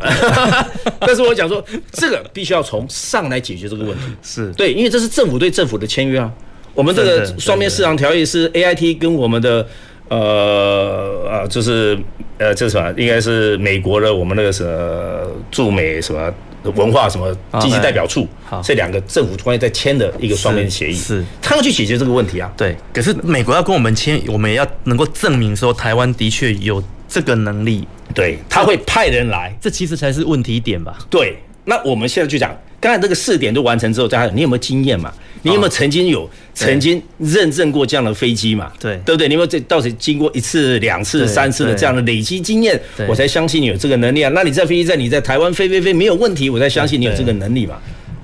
Speaker 2: 但是我讲说，这个必须要从上来解决这个问题。
Speaker 1: 是
Speaker 2: 对，因为这是政府对政府的签约啊。我们这
Speaker 1: 真
Speaker 2: 个
Speaker 1: 的
Speaker 2: 双边市场条例是 A I T 跟我们的呃呃，就是呃，这是什么？应该是美国的我们那个什么驻美什么文化什么经济代表处
Speaker 1: 啊哎好，
Speaker 2: 这两个政府关系在签的一个双边协议，
Speaker 1: 是是
Speaker 2: 他要去解决这个问题啊。
Speaker 1: 对，可是美国要跟我们签，我们也要能够证明说台湾的确有这个能力，
Speaker 2: 对，他会派人来，
Speaker 1: 这其实才是问题点吧？
Speaker 2: 对，那我们现在就讲，刚才这个四点都完成之后，大家你有没有经验嘛？你有没有曾经有、曾经认证过这样的飞机嘛？
Speaker 1: 哦对
Speaker 2: 对不对？你有没有这到底经过一次、两
Speaker 1: 对
Speaker 2: 次、三次的
Speaker 1: 对
Speaker 2: 这样的累积经验
Speaker 1: 对，
Speaker 2: 我才相信你有这个能力啊？那你在飞机在你在台湾飞飞飞没有问题，我才相信你有
Speaker 1: 对
Speaker 2: 这个能力嘛？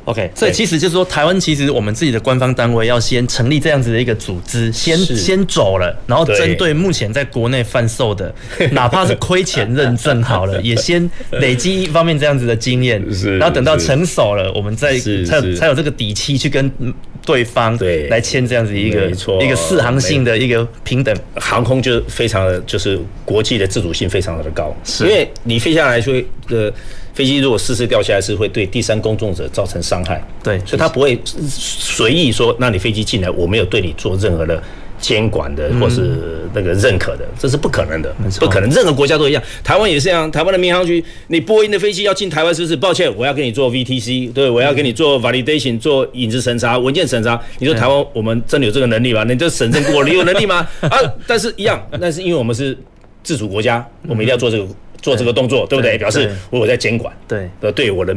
Speaker 1: OK，所以
Speaker 2: 对
Speaker 1: 其实就是说，台湾其实我们自己的官方单位要先成立这样子的一个组织，先
Speaker 2: 是
Speaker 1: 先走了，然后
Speaker 2: 对
Speaker 1: 针对目前在国内贩售的，哪怕是亏钱认证好
Speaker 2: [LAUGHS]
Speaker 1: 了，也先累积一方面这样子的经验，
Speaker 2: 是
Speaker 1: 然后等到
Speaker 2: 是
Speaker 1: 成熟了，我们再
Speaker 2: 是
Speaker 1: 才有
Speaker 2: 是
Speaker 1: 才有这个底气去跟嗯对方
Speaker 2: 对
Speaker 1: 来签这样子一个
Speaker 2: 没错
Speaker 1: 一个四行性的一个平等，
Speaker 2: 航空就非常的就是国际的自主性非常的高，
Speaker 1: 是
Speaker 2: 因为你飞下来说，呃，飞机如果失事掉下来是会对第三公众者造成伤害，
Speaker 1: 对
Speaker 2: 所以他不会随意说让你飞机进来，我没有对你做任何的。监管的或是那个认可的，这是不可能的，
Speaker 1: 嗯错
Speaker 2: 不可能。任何国家都一样，台湾也是一样。台湾的民航局，你波音的飞机要进台湾，是不是？抱歉，我要给你做 VTC，对，我要给你做 validation，做影子审查、文件审查。你说台湾我们真的有这个能力吗？你这审证过，你有能
Speaker 1: [LAUGHS]
Speaker 2: 力吗？啊，但是一样，那是因为我们是自主国家，我们一定要做这个做这个动作，对
Speaker 1: 嗯
Speaker 2: 不
Speaker 1: 对
Speaker 2: 对？表示
Speaker 1: 对
Speaker 2: 我有在监管，
Speaker 1: 对
Speaker 2: 呃，对我的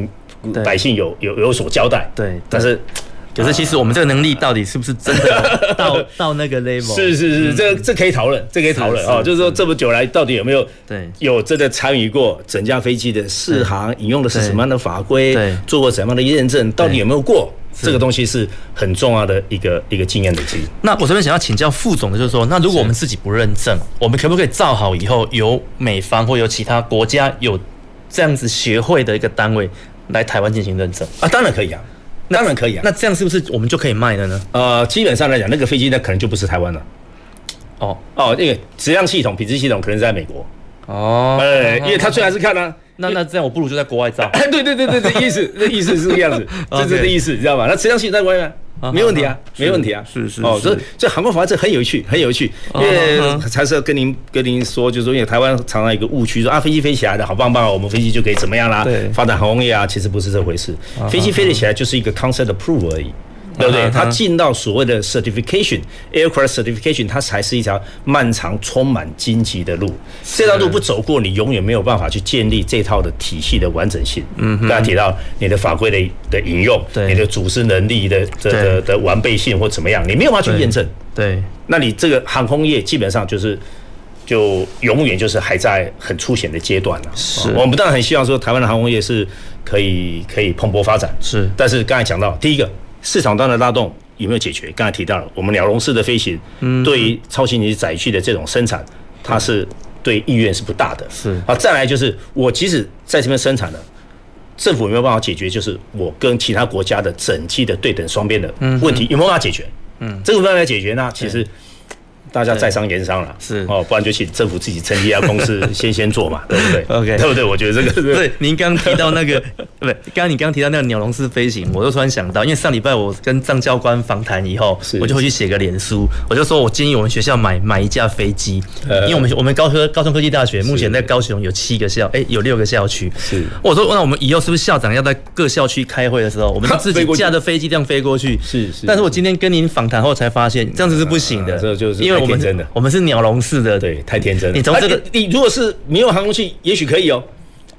Speaker 1: 对
Speaker 2: 百姓有有有所交代，
Speaker 1: 对对
Speaker 2: 但是。
Speaker 1: 可是其实我们这个能力到底是不是真的有到
Speaker 2: [LAUGHS]
Speaker 1: 到那个 level？
Speaker 2: 是是是，这这可以讨论，这可以讨论
Speaker 1: 嗯是
Speaker 2: 啊，
Speaker 1: 是
Speaker 2: 就是说这么久来，到底有没有
Speaker 1: 对
Speaker 2: 有真的参与过整架飞机的试航，引用的是
Speaker 1: 对
Speaker 2: 什么样的法规
Speaker 1: 对，
Speaker 2: 做过什么样的验证，到底
Speaker 1: 对
Speaker 2: 有没有过？这个东西是很重要的一个一个经验累积。
Speaker 1: 那我这边想要请教副总的，就是说，那如果我们自己不认证，我们可不可以造好以后，由美方或由其他国家有这样子协会的一个单位来台湾进行认证？
Speaker 2: 啊，当然可以啊，当然可以啊。
Speaker 1: [LAUGHS] 那这样是不是我们就可以卖了呢？
Speaker 2: 呃，基本上来讲，那个飞机那可能就不是台湾了。
Speaker 1: 哦
Speaker 2: 哦，因为质量系统、品质系统可能是在美国，
Speaker 1: 哦，
Speaker 2: 哎，因为他最还是看啊，。
Speaker 1: 那那这样我不如就在国外 [COUGHS] 造
Speaker 2: 哎，对对对对对，意思那意思是这个样子，这
Speaker 1: [LAUGHS] OK
Speaker 2: 是这个意思，你知道吗？那质量系统在外面
Speaker 1: 啊。
Speaker 2: 没问题啊
Speaker 1: 啊，
Speaker 2: 没问题啊，
Speaker 1: 是是
Speaker 2: 哦，
Speaker 1: 是
Speaker 2: 这这航空法这很有趣，很有趣，因为
Speaker 1: 啊啊啊
Speaker 2: 才是要跟您跟您说，就是说因为台湾常常有一个误区，说啊飞机飞起来的好棒棒，我们飞机就可以怎么样啦
Speaker 1: 对，啊
Speaker 2: 发展航空业啊，其实不是这回事，飞机飞得起来就是一个 concept approve 而已。对不对？
Speaker 1: 嗯哼
Speaker 2: 它进到所谓的 certification aircraft certification，它才是一条漫长、充满荆棘的路。这条路不走过，你永远没有办法去建立这套的体系的完整性。嗯，刚才提到你的法规的的引用，
Speaker 1: 对
Speaker 2: 你的组织能力的的的的完备性或怎么样，你没有办法去验证。
Speaker 1: 对，
Speaker 2: 那你这个航空业基本上就是。就永远就是还在很初显的阶段了、是我们当然很希望说台湾的航空业是可以可以蓬勃发展，
Speaker 1: 是
Speaker 2: 但是刚才讲到，第一个市场端的拉动有没有解决？刚才提到了，我们鸟笼式的飞行，
Speaker 1: 嗯
Speaker 2: 对于超新级载具的这种生产，它是对意愿是不大的。
Speaker 1: 是
Speaker 2: 啊，再来就是我即使在这边生产了。政府有没有办法解决？就是我跟其他国家的整体的对等双边的问题有没有办法解决？嗯，这个没有办法解决呢，其实大家在商言商了，
Speaker 1: 是
Speaker 2: 哦，不然就请政府自己成立一家公
Speaker 1: [LAUGHS]
Speaker 2: 司先先做嘛，对不对
Speaker 1: OK
Speaker 2: 对不对？我觉得这个
Speaker 1: [LAUGHS]
Speaker 2: 是
Speaker 1: 对，您刚提到那个， [LAUGHS] 不，刚刚你刚提到那个鸟笼式飞行，我就突然想到，因为上礼拜我跟张教官访谈以后
Speaker 2: 是，
Speaker 1: 我就回去写个脸书，我就说我建议我们学校买买一架飞机，
Speaker 2: 呃
Speaker 1: 因为我们我们高科高中科技大学目前在高雄有七个校，哎、有六个校区。
Speaker 2: 是
Speaker 1: 我说那我们以后是不是校长要在各校区开会的时候，
Speaker 2: [LAUGHS]
Speaker 1: 我们就自
Speaker 2: 飞
Speaker 1: 己
Speaker 2: 过去
Speaker 1: 架着飞机这样飞过去？
Speaker 2: 是是
Speaker 1: 但是我今天跟您访谈后才发现，这样子是不行的，
Speaker 2: 啊这就是
Speaker 1: 因为我们
Speaker 2: 太天真了
Speaker 1: 我们是鸟笼式的，
Speaker 2: 对，太天真了。
Speaker 1: 你从这个
Speaker 2: 啊你你如果是民用航空器，也许可以哦。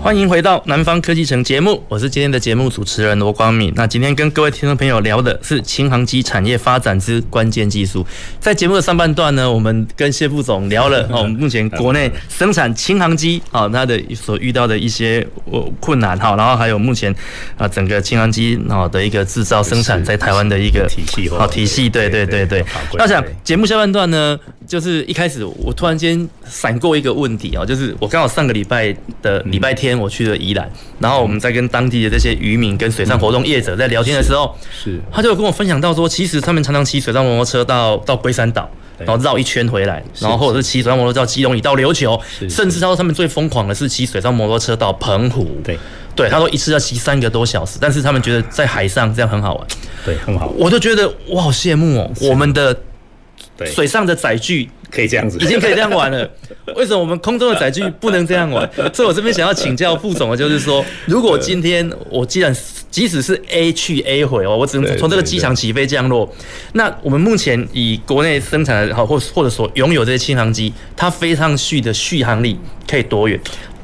Speaker 1: 欢迎回到南方科技城节目，我是今天的节目主持人罗光敏。那今天跟各位听众朋友聊的是轻航机产业发展之关键技术。在节目的上半段呢，我们跟谢副总聊 [LAUGHS] 了哦，目前国内生产轻航机哦，它的所遇到的一些呃困难哈、然后还有目前啊、整个轻航机哦的一个制造生产在台湾的一个体系哦体系，对对对对。那我想节目下半段呢，就是一开始我突然间闪过一个问题哦，就是我刚好上个礼拜的礼拜天我去了宜兰，然后我们在跟当地的这些渔民跟水上活动业者在聊天的时候，
Speaker 2: 是
Speaker 1: 他就有跟我分享到说，其实他们常常骑水上摩托车到到龟山岛。然后绕一圈回来，然后或者是骑水上摩托车到基隆屿、到琉球，甚至他说他们最疯狂的是骑水上摩托车到澎湖。对，对，他说一次要骑三个多小时，但是他们觉得在海上这样很好玩。
Speaker 2: 对，很好，
Speaker 1: 我就觉得我好羡慕哦，我们的水上的载具
Speaker 2: 可以这样子，
Speaker 1: 已经可以这样玩
Speaker 2: [LAUGHS]
Speaker 1: 了，为什么我们空中的载具不能这样玩？所以我这边想要请教副总的就是
Speaker 2: [LAUGHS]
Speaker 1: 说，如果今天我既然即使是 A 去 A 回哦，我只能
Speaker 2: 对
Speaker 1: 从这个机场起飞降落，那我们目前以国内生产的好或或者所拥有这些轻航机，它飞上去的续航力可以多远？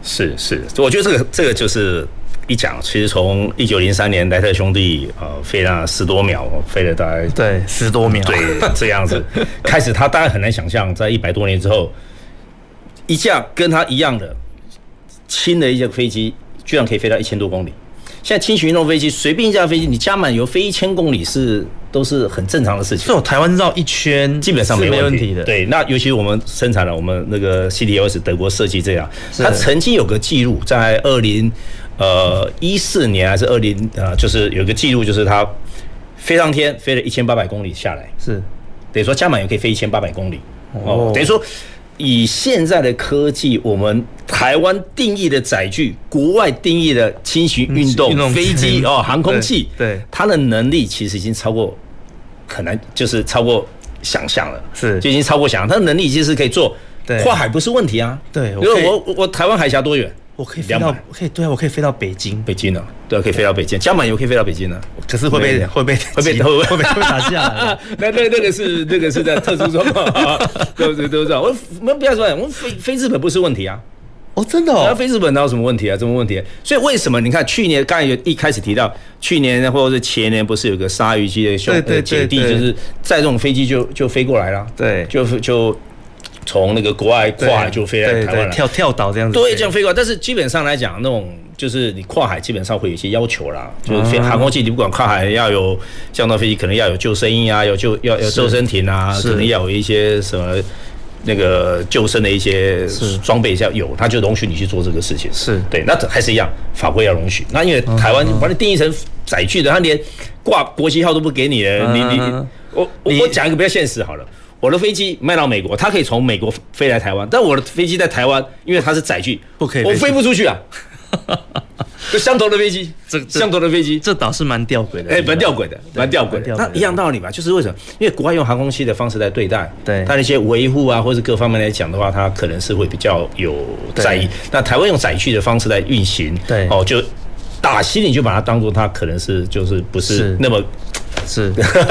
Speaker 2: 是是，我觉得这个这个就是一讲，其实从一九零三年莱特兄弟呃飞了十多秒，飞了大概
Speaker 1: 对十多秒，
Speaker 2: 对这样子开始，他当然很难想象，在一百多年之后，一架跟他一样的轻的一架飞机，居然可以飞到一千多公里。现在轻型运动飞机，随便一架飞机，你加满油飞一千公里是都是很正常的事情。
Speaker 1: 这种台湾绕一圈
Speaker 2: 基本
Speaker 1: 嗯
Speaker 2: 上
Speaker 1: 是
Speaker 2: 没
Speaker 1: 没
Speaker 2: 问
Speaker 1: 问
Speaker 2: 题
Speaker 1: 题的。
Speaker 2: 对，那尤其我们生产了我们那个 CDOS 德国设计这样，
Speaker 1: 是
Speaker 2: 它曾经有个记录，在二零呃一四年还是二零呃，就是有个记录，就是它飞上天飞了一千八百公里下来，
Speaker 1: 是
Speaker 2: 等于说加满油可以飞一千八百公里
Speaker 1: 哦
Speaker 2: 哦，等于说。以现在的科技，我们台湾定义的载具，国外定义的轻型运动、
Speaker 1: 运动
Speaker 2: 飞机
Speaker 1: [LAUGHS] 器
Speaker 2: 哦，航空器，
Speaker 1: 对对
Speaker 2: 它的能力其实已经超过很难，就是超过想象了，
Speaker 1: 是
Speaker 2: 就已经超过想象。它的能力其实是可以做
Speaker 1: 对，
Speaker 2: 跨海不是问题啊。
Speaker 1: 对
Speaker 2: 因
Speaker 1: 我可以
Speaker 2: 为我我我台湾海峡多远？
Speaker 1: 我可以飞
Speaker 2: 两
Speaker 1: 到，
Speaker 2: 百。
Speaker 1: 我可以对啊，我可以飞到北京，
Speaker 2: 北京呢、对啊，可以飞到北京，加满油可以飞到北京呢、啊
Speaker 1: 可是会
Speaker 2: 没
Speaker 1: 被
Speaker 2: 有
Speaker 1: 会被
Speaker 2: 会被会被
Speaker 1: 会被会被打架了。
Speaker 2: [LAUGHS] 那那那个是那个是在特殊状况， [LAUGHS] 对不对？对不对？啊我我们不要说，我们飞飞日本不是问题啊。
Speaker 1: 哦，真的
Speaker 2: 那飞日本哪有什么问题啊？什么问题、所以为什么你看去年刚才有一开始提到，去年或者是前年不是有个鲨鱼机的兄
Speaker 1: 对对
Speaker 2: 呃姐弟，
Speaker 1: 对对
Speaker 2: 就是载这种飞机就就飞过来了，
Speaker 1: 对
Speaker 2: 就就从那个国外跨海就飞来
Speaker 1: 对
Speaker 2: 台湾
Speaker 1: 对
Speaker 2: 了，
Speaker 1: 跳跳岛这样子飞，
Speaker 2: 对，这样飞过来。但是基本上来讲，那种就是你跨海基本上会有一些要求啦，就是飞
Speaker 1: 啊
Speaker 2: 航空器，你不管跨海要有降落飞机，可能要有救生衣啊，有救要有救生艇啊，
Speaker 1: 是
Speaker 2: 可能要有一些什么。那个救生的一些装备要有，它就容许你去做这个事情。
Speaker 1: 是嗯
Speaker 2: 对，那还是一样，法规要容许。那因为台湾把你定义成载具的，他连挂国旗号都不给你了。你你
Speaker 1: 嗯
Speaker 2: 我我我讲一个比较现实好了，我的飞机卖到美国，它可以从美国飞来台湾，但我的飞机在台湾，因为它是载具，
Speaker 1: 不可以
Speaker 2: 我
Speaker 1: 飞
Speaker 2: 飞不出
Speaker 1: [LAUGHS]
Speaker 2: 去啊。就相同的飞机，
Speaker 1: 这这
Speaker 2: 相同的飞机，
Speaker 1: 这倒是蛮吊诡的，
Speaker 2: 哎，蛮吊诡的，蛮吊诡的。那一样道理吧，就是为什么？因为国外用航空器的方式来对待，
Speaker 1: 对
Speaker 2: 它的一些维护啊，或是各方面来讲的话，它可能是会比较有在意
Speaker 1: 对。
Speaker 2: 那台湾用载具的方式来运行，
Speaker 1: 对
Speaker 2: 哦，就打心里就把它当做它可能是就是不是那么
Speaker 1: 是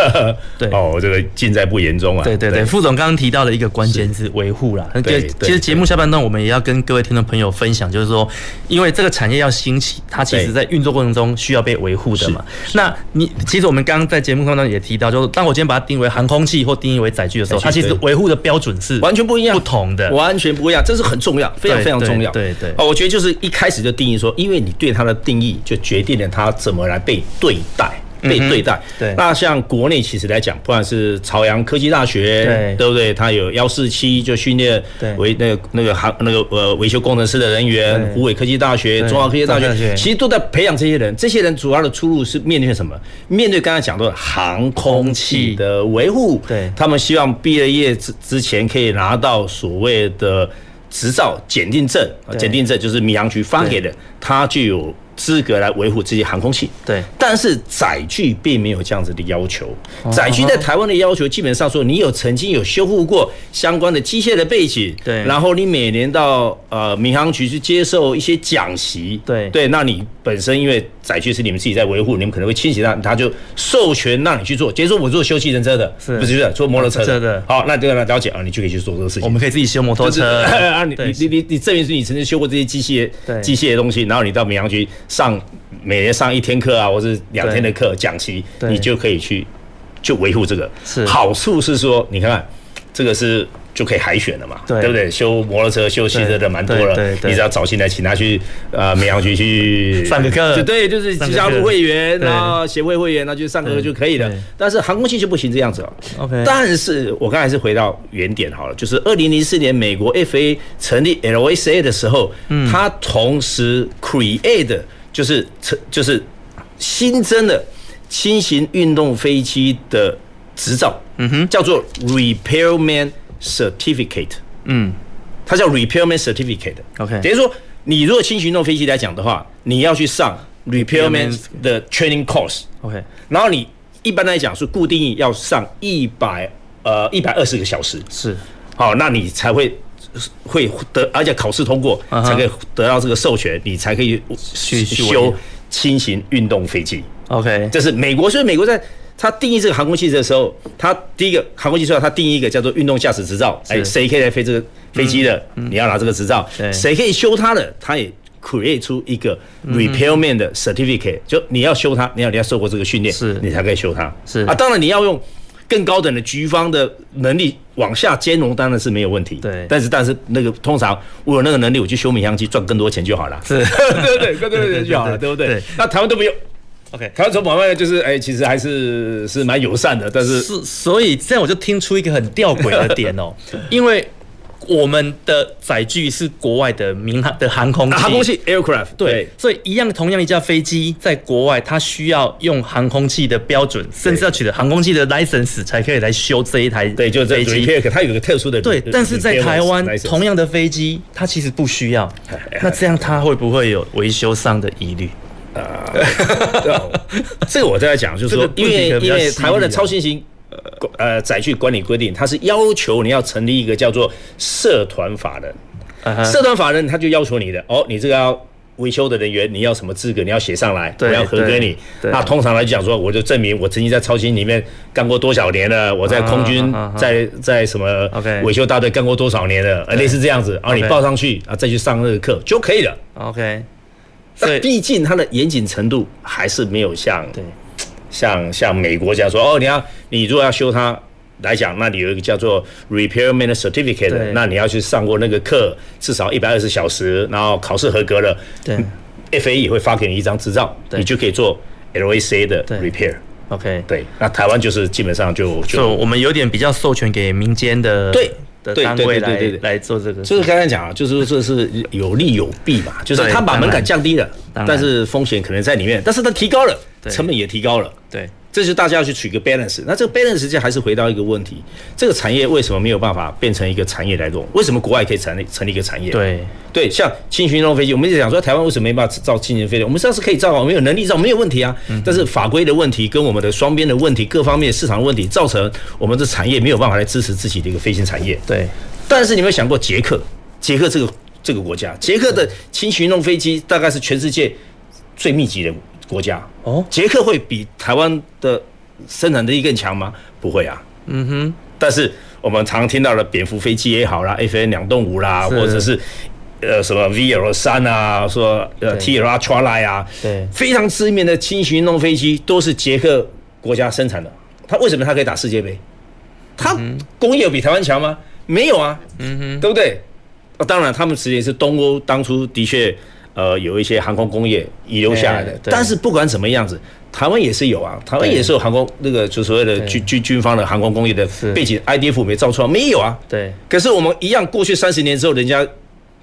Speaker 1: [LAUGHS] 对
Speaker 2: 哦，这个尽在不言中啊。
Speaker 1: 对对对，副总刚刚提到的一个关键字维护啦。
Speaker 2: 对
Speaker 1: 其实其实节目下半段我们也要跟各位听众朋友分享，就是说，因为这个产业要兴起，它其实在运作过程中需要被维护的嘛。那你其实我们刚刚在节目当中也提到，就是当我今天把它定为航空器或定义为载具的时候，它其实维护的标准是
Speaker 2: 完全不一样、
Speaker 1: 不同的，
Speaker 2: 完全不一样，这是很重要，非常非常重要。
Speaker 1: 对对
Speaker 2: 哦，我觉得就是一开始就定义说，因为你对它的定义就决定了它怎么来被对待。被对待，
Speaker 1: 嗯、对，
Speaker 2: 那像国内其实来讲，不管是朝阳科技大学，
Speaker 1: 对，
Speaker 2: 对不对？它有幺四七就训练维那个那个航那个呃维修工程师的人员，湖北科技大学、中华科技大学，其实都在培养这些人。这些人主要的出路是面对什么？面对刚才讲到的航空器的维护，
Speaker 1: 对，
Speaker 2: 他们希望毕了业之之前可以拿到所谓的执照检定证，啊检定证就是民航局发给的，他就有。资格来维护这些航空器，
Speaker 1: 对，
Speaker 2: 但是载具并没有这样子的要求。
Speaker 1: 哦
Speaker 2: 载具在台湾的要求，基本上说你有曾经有修复过相关的机械的背景，
Speaker 1: 对，
Speaker 2: 然后你每年到呃民航局去接受一些讲习，
Speaker 1: 对，
Speaker 2: 对，那你本身因为载具是你们自己在维护，你们可能会清洗它，他就授权让你去做。比如说我做修汽人车的，
Speaker 1: 是
Speaker 2: 不是做摩托车
Speaker 1: 的？的
Speaker 2: 好，那这个了解啊，你就可以去做这个事情。
Speaker 1: 我们可以自己修摩托车
Speaker 2: 啊，你你你你证明是你曾经修过这些机械机械的东西，然后你到民航局。上每年上一天课啊，或是两天的课讲期，你就可以去就维护这个。
Speaker 1: 是
Speaker 2: 好处是说，你看这个是就可以海选了嘛，
Speaker 1: 对
Speaker 2: 不对？修摩托车、修汽车的蛮多了，
Speaker 1: 对对对
Speaker 2: 你只要找进来，请他去呃民航局去呃
Speaker 1: 上个课
Speaker 2: 就对，就是
Speaker 1: 上个课
Speaker 2: 加入会员，
Speaker 1: 对
Speaker 2: 然后协会会员，那就上课
Speaker 1: 对
Speaker 2: 就可以了
Speaker 1: 对。
Speaker 2: 但是航空器就不行这样子哦。
Speaker 1: OK
Speaker 2: 但是我刚才是回到原点好了，就是二零零四年美国 FA 成立 LSA 的时候，
Speaker 1: 嗯
Speaker 2: 它同时 create 就是成就是新增了轻型运动飞机的执照，嗯哼，叫做 Repairman Certificate，
Speaker 1: 嗯
Speaker 2: 它叫 Repairman Certificate。
Speaker 1: ，OK，
Speaker 2: 等于说，你如果轻型运动飞机来讲的话，你要去上 Repairman 的 training course。
Speaker 1: OK，
Speaker 2: 然后你一般来讲是固定要上一百呃一百二十个小时，
Speaker 1: 是
Speaker 2: 好，那你才会会得，而且考试通过、
Speaker 1: 嗯哼
Speaker 2: 才可以得到这个授权，你才可以
Speaker 1: 去去
Speaker 2: 修轻型运动飞机。
Speaker 1: OK，
Speaker 2: 这是美国，所以美国在它定义这个航空器的时候，它第一个航空器之后，它定义一个叫做运动驾驶执照，
Speaker 1: 是
Speaker 2: 哎，谁可以来飞这个飞机的，你要拿这个执照
Speaker 1: 对，
Speaker 2: 谁可以修它的，它也。create 出一个
Speaker 1: 嗯
Speaker 2: repairman 的 certificate，、就你要修它，你要你要受过这个训练，
Speaker 1: 是
Speaker 2: 你才可以修它。
Speaker 1: 是
Speaker 2: 啊，当然你要用更高等的局方的能力往下兼容，当然是没有问题。
Speaker 1: 对
Speaker 2: 但是但是那个通常我有那个能力，我去修民航机赚更多钱就好了。
Speaker 1: 是
Speaker 2: [LAUGHS] 对对，更多钱就好了，对不对
Speaker 1: 对？
Speaker 2: 那台湾都不用。
Speaker 1: OK
Speaker 2: 台湾从买卖就是，哎、其实还是是蛮友善的，但是
Speaker 1: 是，所以这样我就听出一个很吊诡的点
Speaker 2: [LAUGHS]
Speaker 1: 哦，因为我们的载具是国外的民航的航空器，
Speaker 2: 啊航空器 aircraft
Speaker 1: 对，所以一样同样一架飞机，在国外它需要用航空器的标准，甚至要取得航空器的 license 才可以来修这一台
Speaker 2: 对，就这
Speaker 1: 飞机。
Speaker 2: repair，它有一个特殊的
Speaker 1: 对，但是在台湾
Speaker 2: license
Speaker 1: 同样的飞机，它其实不需
Speaker 2: [LAUGHS]
Speaker 1: 要。那这样它会不会有维修上的疑虑？ [LAUGHS]
Speaker 2: 这个我在讲，就是说，
Speaker 1: 这
Speaker 2: 因
Speaker 1: 个问题
Speaker 2: 为
Speaker 1: 可能比
Speaker 2: 因
Speaker 1: 较
Speaker 2: 为
Speaker 1: 犀利
Speaker 2: 台湾的
Speaker 1: 啊
Speaker 2: 超新型呃呃载具管理规定，它是要求你要成立一个叫做社团法人，
Speaker 1: 啊哈
Speaker 2: 社团法人他就要求你的哦，你这个要维修的人员，你要什么资格，你要写上来，我
Speaker 1: 对
Speaker 2: 要合格你。
Speaker 1: 对对
Speaker 2: 那通常来讲说，我就证明我曾经在超新里面干过多少年了，我在空军
Speaker 1: 啊啊啊啊
Speaker 2: 在在什么
Speaker 1: OK
Speaker 2: 维修大队干过多少年了，呃类似这样子，然后你
Speaker 1: OK
Speaker 2: 报上去啊，再去上那个课就可以了。
Speaker 1: OK，所
Speaker 2: 但
Speaker 1: 以
Speaker 2: [LAUGHS] 毕竟它的严谨程度还是没有像像像美国这样说哦，你要你如果要修它来讲，那你有一个叫做 repairman 的 certificate，的
Speaker 1: 对
Speaker 2: 那你要去上过那个课，至少一百二十小时，然后考试合格了
Speaker 1: [LAUGHS] 对
Speaker 2: ，FA 也会发给你一张执照，
Speaker 1: 对
Speaker 2: 你就可以做 LAC 的 repair。
Speaker 1: OK，
Speaker 2: 对，那台湾就是基本上就
Speaker 1: 就
Speaker 2: 就
Speaker 1: 我们有点比较授权给民间的
Speaker 2: 对
Speaker 1: 的
Speaker 2: 对
Speaker 1: 单
Speaker 2: 对
Speaker 1: 位
Speaker 2: 对对
Speaker 1: 来
Speaker 2: 对对
Speaker 1: 来做这个事，
Speaker 2: 就是刚才讲啊，就是说这是有利有弊嘛，就是
Speaker 1: 对
Speaker 2: 它把门
Speaker 1: 当
Speaker 2: 槛
Speaker 1: 然
Speaker 2: 降低了，
Speaker 1: 当然
Speaker 2: 但是风险可能在里面，但是它提高了，
Speaker 1: 对
Speaker 2: 成本也提高了。
Speaker 1: 对
Speaker 2: 这就是大家要去取一个 balance。那这个 balance 实际上还是回到一个问题：这个产业为什么没有办法变成一个产业来做？为什么国外可以成立成立一个产业？
Speaker 1: 对
Speaker 2: 对，像轻型运动飞机，我们一直讲说台湾为什么没办法造轻型飞机？我们上次可以造啊，我们有能力造，没有问题啊。但是法规的问题跟我们的双边的问题、各方面市场的问题，造成我们的产业没有办法来支持自己的一个飞行产业。
Speaker 1: 对
Speaker 2: 但是你有没有想过捷克？捷克这个这个国家，捷克的轻型运动飞机大概是全世界最密集的国家。哦，捷克会比台湾的生产力更强吗？不会啊。嗯哼。但是我们常听到的蝙蝠飞机也好啦，FN 两栋五啦，或者是呃什么 VL 三啊，说呃 TLA 叉来啊，
Speaker 1: 对，
Speaker 2: 非常知名的轻型运动飞机都是捷克国家生产的。它为什么它可以打世界杯？它工业有比台湾强吗？没有啊。嗯哼，对不对？啊、当然，他们实际是东欧当初的确，呃，有一些航空工业遗留下来的。但是不管怎么样子，台湾也是有啊，台湾也是有航空那个就所谓的军军军方的航空工业的背景，IDF 没造出来，没有啊。
Speaker 1: 对。
Speaker 2: 可是我们一样，过去三十年之后，人家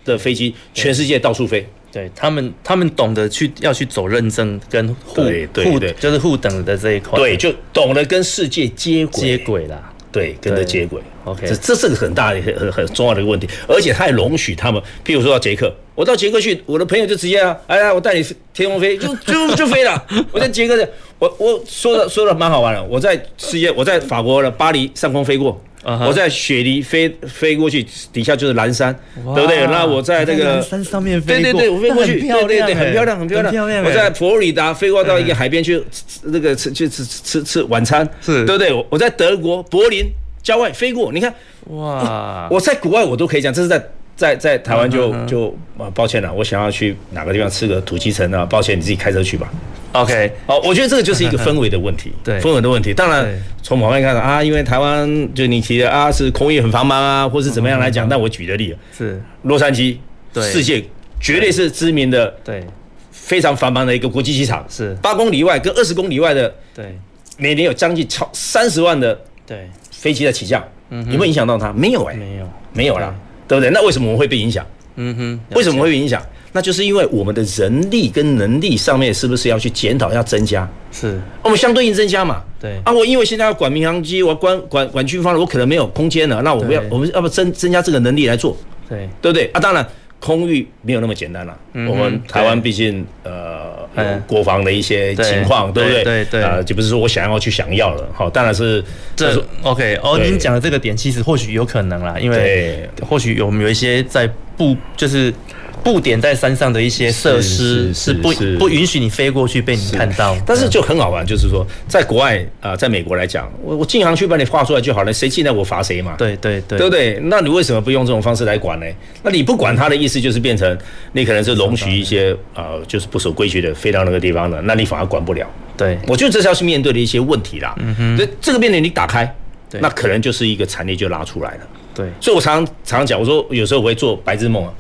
Speaker 2: 的飞机全世界到处飞。
Speaker 1: 对他们，他们懂得去要去走认证跟互
Speaker 2: 互
Speaker 1: 就是互等的这一块。
Speaker 2: 对，就懂得跟世界接轨。
Speaker 1: 接轨啦。
Speaker 2: 对，跟着接轨
Speaker 1: ，OK，
Speaker 2: 这这是个很大的、很很重要的一个问题，而且它也容许他们，譬如说到捷克，我到捷克去，我的朋友就直接啊，哎呀，我带你天空飞，就就就飞了。 [LAUGHS] 我在捷克的，我我说的说的蛮好玩的，我在世界，我在法国的巴黎上空飞过，uh
Speaker 1: 啊
Speaker 2: huh. 我在雪梨飞飞过去，底下就是蓝山，对不对？那我在那个
Speaker 1: 蓝山上面飞
Speaker 2: 对对对，我飞过去，
Speaker 1: 对
Speaker 2: 对对，很漂亮，很漂亮，
Speaker 1: 哎漂亮。哎
Speaker 2: 我在佛罗里达飞过到一个海边去，那个吃去吃吃吃晚餐，
Speaker 1: 是
Speaker 2: 对不对？我在德国柏林。郊外飞过，你看，
Speaker 1: 哇！
Speaker 2: 我在国外我都可以讲，这是在在在台湾就、嗯、就啊，抱歉了，我想要去哪个地方吃个土鸡城啊，抱歉，你自己开车去吧。
Speaker 1: [LAUGHS] OK，
Speaker 2: 好，我觉得这个就是一个氛围的问 [LAUGHS] 题，
Speaker 1: 对
Speaker 2: 氛围的问题。当然，从旁边看啊，因为台湾就你提的啊，是空域很繁忙啊，或是怎么样来讲，嗯、但我举的例
Speaker 1: 是
Speaker 2: 洛杉矶，世界绝对是知名的，
Speaker 1: 对，
Speaker 2: 非常繁忙的一个国际机场，
Speaker 1: 是
Speaker 2: 八公里外跟二十公里外的，
Speaker 1: 对，
Speaker 2: 每年有将近超三十万的，
Speaker 1: 对。
Speaker 2: 飞机的起降，有没有影响到它？没有哎，
Speaker 1: 嗯没有，
Speaker 2: 没有啦，对不对？那为什么我们会被影响？嗯哼，为什么会被影响？那就是因为我们的人力跟能力上面是不是要去检讨，要增加？哦
Speaker 1: 是，
Speaker 2: 我们相对应增加嘛？
Speaker 1: 对
Speaker 2: 啊，我因为现在要管民航机，我管管管军方了，我可能没有空间了，那我们要我们要不增增加这个能力来做？
Speaker 1: 对，
Speaker 2: 对不对？啊，当然空域没有那么简单了，
Speaker 1: 嗯
Speaker 2: 我们台湾毕竟呃国防的一些情况，对不对？
Speaker 1: 对对
Speaker 2: 啊，就不是说我想要去想要了，好，当然是
Speaker 1: 这 OK。哦，您讲的这个点，其实或许有可能啦，因为或许有有一些在布，就是布点在山上的一些设施是不不允许你飞过去被你看到。
Speaker 2: 但是就很好玩，就是说，在国外啊、呃，在美国来讲，我我进航区把你画出来就好了，谁进来我罚谁嘛。
Speaker 1: 对对对，
Speaker 2: 对不对？那你为什么不用这种方式来管呢？那你不管他的意思，就是变成你可能是容许一些呃，就是不守规矩的飞到那个地方了，那你反而管不了。
Speaker 1: 对，
Speaker 2: 我觉得这是要去面对的一些问题啦。嗯哼，这这个面对你打开。那可能就是一个产业就拉出来了。
Speaker 1: 对，
Speaker 2: 所以我常常讲，我说有时候我会做白日梦啊。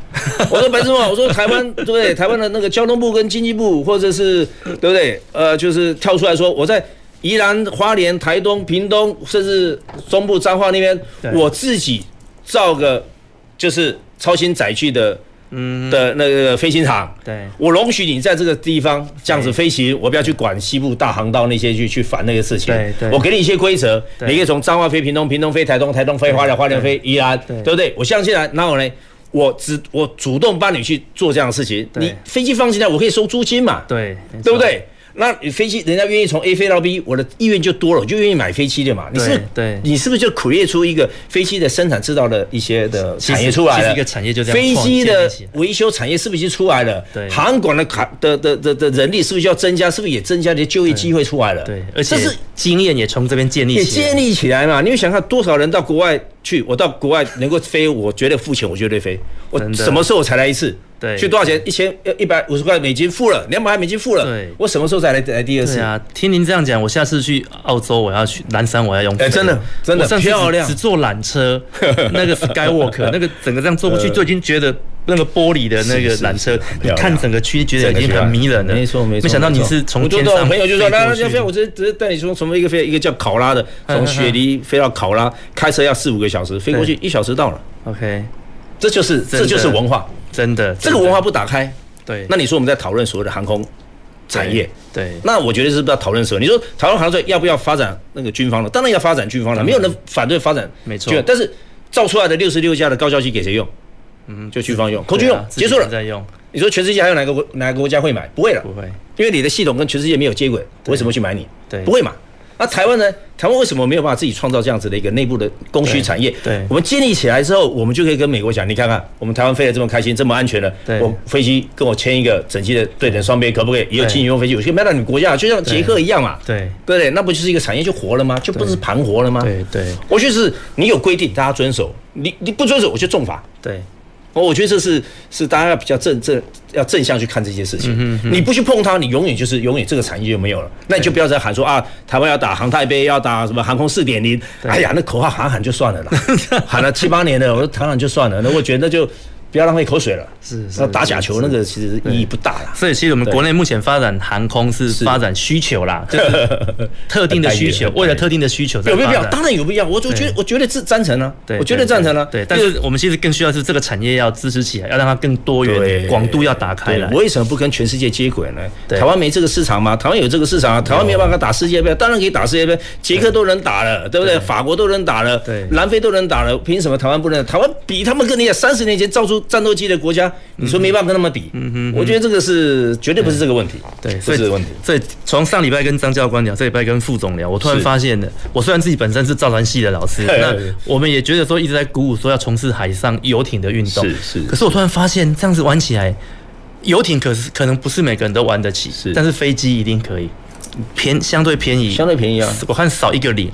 Speaker 2: 我说白日梦、啊，我说台湾对不对？台湾的那个交通部跟经济部，或者是对不对？呃，就是跳出来说，我在宜兰、花莲、台东、屏东，甚至中部彰化那边，我自己造个就是超新载具的。嗯的那个飞行场，
Speaker 1: 对
Speaker 2: 我容许你在这个地方这样子飞行，我不要去管西部大航道那些去去烦那个事情。
Speaker 1: 对对，
Speaker 2: 我给你一些规则，你可以从彰化飞屏东，屏东飞台东，台东飞花莲，花莲飞宜兰，对不对？我相信啊，然后呢，我只我主动帮你去做这样的事情，你飞机放进来，我可以收租金嘛，
Speaker 1: 对
Speaker 2: 对不对？那你飞机人家愿意从 A 飞到 B，我的意愿就多了，我就愿意买飞机的嘛。你是
Speaker 1: 对，
Speaker 2: 你是不是就 create 出一个飞机的生产制造的一些的产业出来了？
Speaker 1: 一个产业就这样。
Speaker 2: 飞机的维修产业是不是已经出来了？
Speaker 1: 对，
Speaker 2: 航管的卡的的的的人力是不是要增加？是不是也增加你的就业机会出来了？
Speaker 1: 对，而且是经验也从这边建立
Speaker 2: 也建立起来嘛。你想看多少人到国外去？我到国外能够飞，我绝对付钱，我绝对飞。我什么时候才来一次？
Speaker 1: 对，
Speaker 2: 去多少钱？一千一百五十块美金付了，两百块美金付了。
Speaker 1: 对，
Speaker 2: 我什么时候再来来第二次？
Speaker 1: 对啊，听您这样讲，我下次去澳洲，我要去蓝山，我要用。
Speaker 2: 哎，真的真的漂亮，
Speaker 1: 只坐缆
Speaker 2: [LAUGHS]
Speaker 1: 车，那个 Skywalk，那个整个这样坐过
Speaker 2: 呃
Speaker 1: 去，就已经觉得那个玻璃的那个缆车，你看整个区觉得已经很迷人了。
Speaker 2: 没错没错，
Speaker 1: 没想到你是从天上。
Speaker 2: 朋友就说：“哎来来来，飞！我直接直接带你从什么一个飞一个叫考拉
Speaker 1: [LAUGHS]
Speaker 2: 的，从雪梨飞到考拉，开车要四五个小时，飞过去一小时到了。”
Speaker 1: OK，
Speaker 2: 这就是这就是文化。
Speaker 1: 真的，
Speaker 2: 这个文化不打开，
Speaker 1: 对，
Speaker 2: 那你说我们在讨论所谓的航空产业，
Speaker 1: 对，对
Speaker 2: 那我觉得是不是要讨论什么？你说讨论航空要不要发展那个军方了？当然要发展军方了，没有人反对发展，
Speaker 1: 没错。
Speaker 2: 但是造出来的六十六架的高教机给谁用？嗯，就军方用，空军用，
Speaker 1: 啊、
Speaker 2: 结束了。
Speaker 1: 在用。
Speaker 2: 你说全世界还有哪个国哪个国家会买？不会了，
Speaker 1: 不会，
Speaker 2: 因为你的系统跟全世界没有接轨，为什么去买你？
Speaker 1: 对，
Speaker 2: 不会嘛。那台湾呢？台湾为什么没有办法自己创造这样子的一个内部的供需产业？
Speaker 1: 对，
Speaker 2: 我们建立起来之后，我们就可以跟美国讲，你看看我们台湾飞得这么开心，这么安全了，我飞机跟我签一个整机的对等双边，可不可以？也有经营用飞机，我可以卖到你国家，就像捷克一样嘛，
Speaker 1: 对
Speaker 2: 对不对？那不就是一个产业就活了吗？就不是盘活了吗？
Speaker 1: 对对，
Speaker 2: 我就是你有规定，大家遵守，你你不遵守我就重罚。
Speaker 1: 对。
Speaker 2: 哦我我觉得这是是大家要比较正正要正向去看这些事情，嗯、你不去碰它，你永远就是永远这个产业就没有了。那你就不要再喊说啊，台湾要打航太杯，要打什么航空四点零，哎呀，那口号喊喊就算了啦， [LAUGHS] 喊了七八年了，我说喊喊就算了，那我觉得那就。不要浪费口水了，
Speaker 1: 是
Speaker 2: 那打假球那个其实意义不大啦。
Speaker 1: 所以其实我们国内目前发展航空是发展需求
Speaker 2: [LAUGHS]
Speaker 1: 啦，就是特定的需求，为了特定的需求
Speaker 2: 有没有必要？当然有必要，我我觉得我绝对是赞成啊，
Speaker 1: 对，
Speaker 2: 我绝对赞成啊。
Speaker 1: 对，但是我们其实更需要是这个产业要支持起来，要让它更多元、广度要打开来。
Speaker 2: 为什么不跟全世界接轨呢？台湾没这个市场吗？台湾有这个市场啊，台湾没有办法打世界杯，当然可以打世界杯，捷克都能打了，对不对？法国都能打了，
Speaker 1: 对，
Speaker 2: 南非都能打了，凭什么台湾不能？台湾比他们更厉害，三十年前造出。战斗机的国家，你说没办法跟他们比，嗯、我觉得这个是绝对不是这个问题，
Speaker 1: 对，
Speaker 2: 不是这个问题。
Speaker 1: 所以从上礼拜跟张教官聊，这礼拜跟副总聊，我突然发现了，我虽然自己本身是造船系的老师，那我们也觉得说一直在鼓舞说要从事海上游艇的运动，
Speaker 2: 是是。
Speaker 1: 可是我突然发现这样子玩起来，游艇可是可能不是每个人都玩得起，
Speaker 2: 是，
Speaker 1: 但是飞机一定可以。便相对便宜，
Speaker 2: 相对便宜啊！
Speaker 1: 我看少一个零，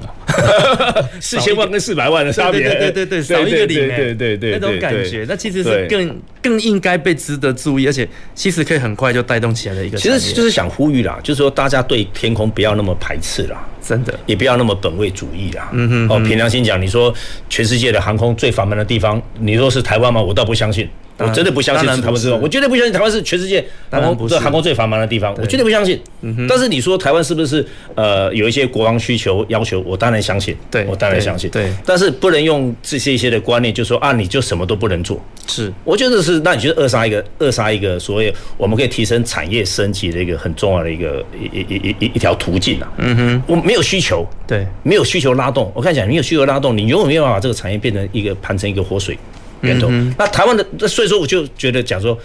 Speaker 2: 四千万跟四百万的 [LAUGHS] 差别，
Speaker 1: 对对对对，啊少一个零，
Speaker 2: 对对对，
Speaker 1: 那种感觉，那其实是更更应该被值得注意，而且其实可以很快就带动起来的一个。
Speaker 2: 其实就是想呼吁啦，就是说大家对天空不要那么排斥啦，
Speaker 1: 真的，
Speaker 2: 也不要那么本位主义啦。
Speaker 1: 嗯哼，
Speaker 2: 哦，凭良心讲，你说全世界的航空最繁忙的地方，你说是台湾吗？我倒不相信。我真的不相信是台湾之光，我绝对不相信台湾是全世界航空这航空最繁忙的地方，我绝对不相信。
Speaker 1: 嗯
Speaker 2: 但是你说台湾是不是呃有一些国防需求要求？我当然相信，
Speaker 1: 对
Speaker 2: 我当然相信。
Speaker 1: 对，
Speaker 2: 但是不能用这些一些的观念，就说啊你就什么都不能做。
Speaker 1: 是，
Speaker 2: 我觉得是，那你就是扼杀一个扼杀一个所谓我们可以提升产业升级的一个很重要的一个一一一一一条途径啊。
Speaker 1: 嗯哼，
Speaker 2: 我没有需求，
Speaker 1: 对，
Speaker 2: 没有需求拉动。我看讲没有需求拉动，你永远没有办法这个产业变成一个盘成一个活水。源头，嗯、那台湾的，所以说我就觉得讲说，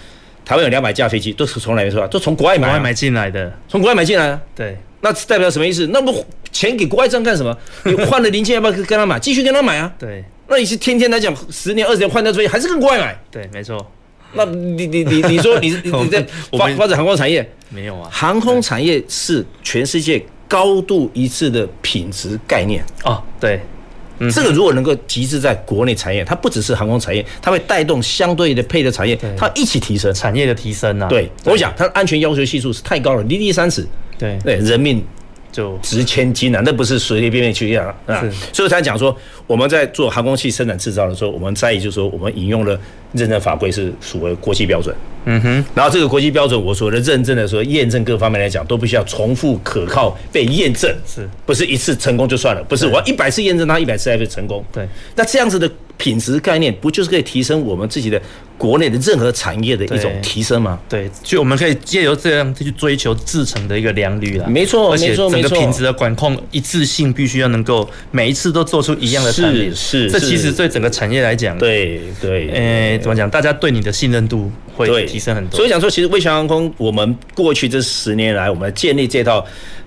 Speaker 2: 台湾有两百架飞机都是从哪边出来？都从国外买、啊，
Speaker 1: 国外买进来的，
Speaker 2: 从国外买进来、啊。
Speaker 1: 对，
Speaker 2: 那代表什么意思？那么钱给国外这样干什么？你换了零件要不要跟他买？继续跟他买啊。
Speaker 1: 对，
Speaker 2: 那你是天天来讲，十年二十年换掉飞机，还是跟国外买？
Speaker 1: 对，没错。
Speaker 2: 那你你你你说你你在发发展航空产业
Speaker 1: 没有啊？
Speaker 2: 航空产业是全世界高度一致的品质概念
Speaker 1: 哦，对。
Speaker 2: 这个如果能够集制在国内产业，它不只是航空产业，它会带动相对的配的产业，它一起提升
Speaker 1: 产业的提升啊。
Speaker 2: 对，我想它的安全要求系数是太高了，DD 三十，
Speaker 1: 对
Speaker 2: 对，人命
Speaker 1: 就
Speaker 2: 值千金啊，那不是随随便便去啊啊。所以才讲说，我们在做航空器生产制造的时候，我们在意就是说，我们引用了认证法规是属为国际标准，
Speaker 1: 嗯哼，
Speaker 2: 然后这个国际标准，我所的认证的时候，验证各方面来讲，都必须要重复、可靠、被验证，
Speaker 1: 是
Speaker 2: 不是一次成功就算了？不是，我要一百次验证它，一百次才会成功。
Speaker 1: 对，
Speaker 2: 那这样子的品质概念，不就是可以提升我们自己的国内的任何产业的一种提升吗？
Speaker 1: 对，就我们可以借由这样去追求制成的一个良率啦。
Speaker 2: 没错，
Speaker 1: 而且整
Speaker 2: 个
Speaker 1: 品质的管控一致性必须要能够每一次都做出一样的产品，
Speaker 2: 是，
Speaker 1: 这其实对整个产业来讲，
Speaker 2: 对对，
Speaker 1: 诶，怎么讲？大家对你的信任度。会提升很多，
Speaker 2: 所以讲说，其实卫翔航空，我们过去这十年来，我们建立这套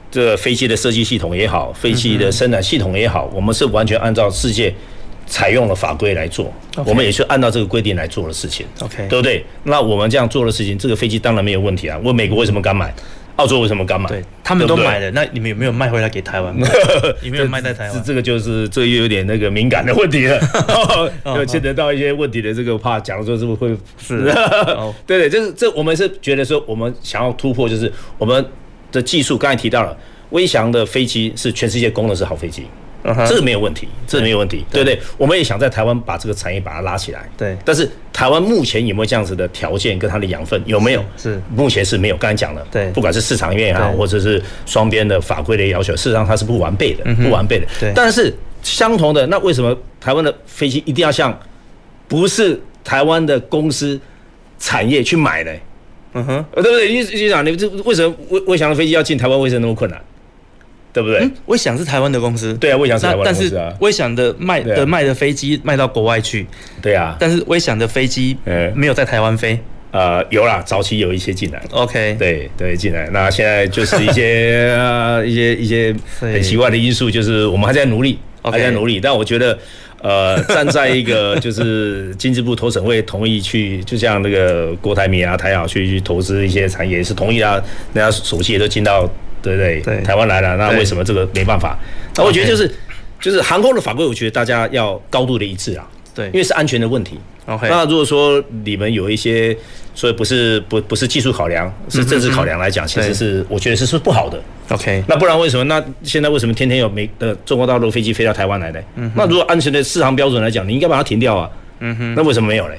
Speaker 2: 这飞机的设计系统也好，飞机的生产系统也好，我们是完全按照世界采用了法规来做，我们也是按照这个规定来做的事情
Speaker 1: ，OK，
Speaker 2: 对不对？那我们这样做的事情，这个飞机当然没有问题啊。问美国为什么敢买？澳洲为什么敢买？
Speaker 1: 对他们都买了，那你们有没有卖回来给台
Speaker 2: [LAUGHS]
Speaker 1: 湾？有没有卖在台湾？
Speaker 2: 这个就是这又有点那个敏感的问题
Speaker 1: [LAUGHS]
Speaker 2: 了，哦有牵扯到一些问题的这个怕讲说是不会
Speaker 1: 哦是？
Speaker 2: [LAUGHS]
Speaker 1: 哦
Speaker 2: 对对，就是这我们是觉得说我们想要突破，就是我们的技术刚才提到了，威翔的飞机是全世界公认是好飞机。
Speaker 1: 嗯
Speaker 2: 这个没有问题，这个没有问题，对不对？我们也想在台湾把这个产业把它拉起来，
Speaker 1: 对。
Speaker 2: 但是台湾目前有没有这样子的条件跟它的养分有没有？
Speaker 1: 是
Speaker 2: 目前是没有。刚才讲了，
Speaker 1: 对，
Speaker 2: 不管是市场面也好，或者是双边的法规的要求，事实上它是不完备的，不完备的。
Speaker 1: 嗯对。
Speaker 2: 但是相同的，那为什么台湾的飞机一定要向不是台湾的公司产业去买呢？
Speaker 1: 嗯哼，
Speaker 2: 对不对？你你想，你这为什么魏魏翔的飞机要进台湾，为什么那么困难？对不对？嗯、
Speaker 1: 我想是台湾的公司，
Speaker 2: 对啊，我想是台湾
Speaker 1: 公
Speaker 2: 司啊。
Speaker 1: 但是我想的卖的卖的飞机卖到国外去，
Speaker 2: 对啊。
Speaker 1: 但是我想的飞机没有在台湾飞，
Speaker 2: 呃，有啦，早期有一些进来
Speaker 1: ，OK，
Speaker 2: 对对，进来。那现在就是一 [LAUGHS] 些、呃、一些一些很奇怪的因素，就是我们还在努力还在努力。但我觉得，呃， [LAUGHS] 站在一个就是经济部投审会同意去，就像那个郭台铭啊、台好去去投资一些产业是同意啊，人家首席都进到对不对？对，台湾来了，那为什么这个没办法？那我觉得就是就是航空的法规，我觉得大家要高度的一致啊。
Speaker 1: 对，因
Speaker 2: 为是安全的问题。
Speaker 1: OK，
Speaker 2: 那如果说你们有一些，所以不是不不是技术考量，是政治考量来讲，其实是我觉得是是不好的。
Speaker 1: OK，
Speaker 2: 那不然为什么？那现在为什么天天有美呃中国大陆飞机飞到台湾来呢？嗯、那如果安全的市场标准来讲，你应该把它停掉啊。嗯哼，那为什么没有嘞？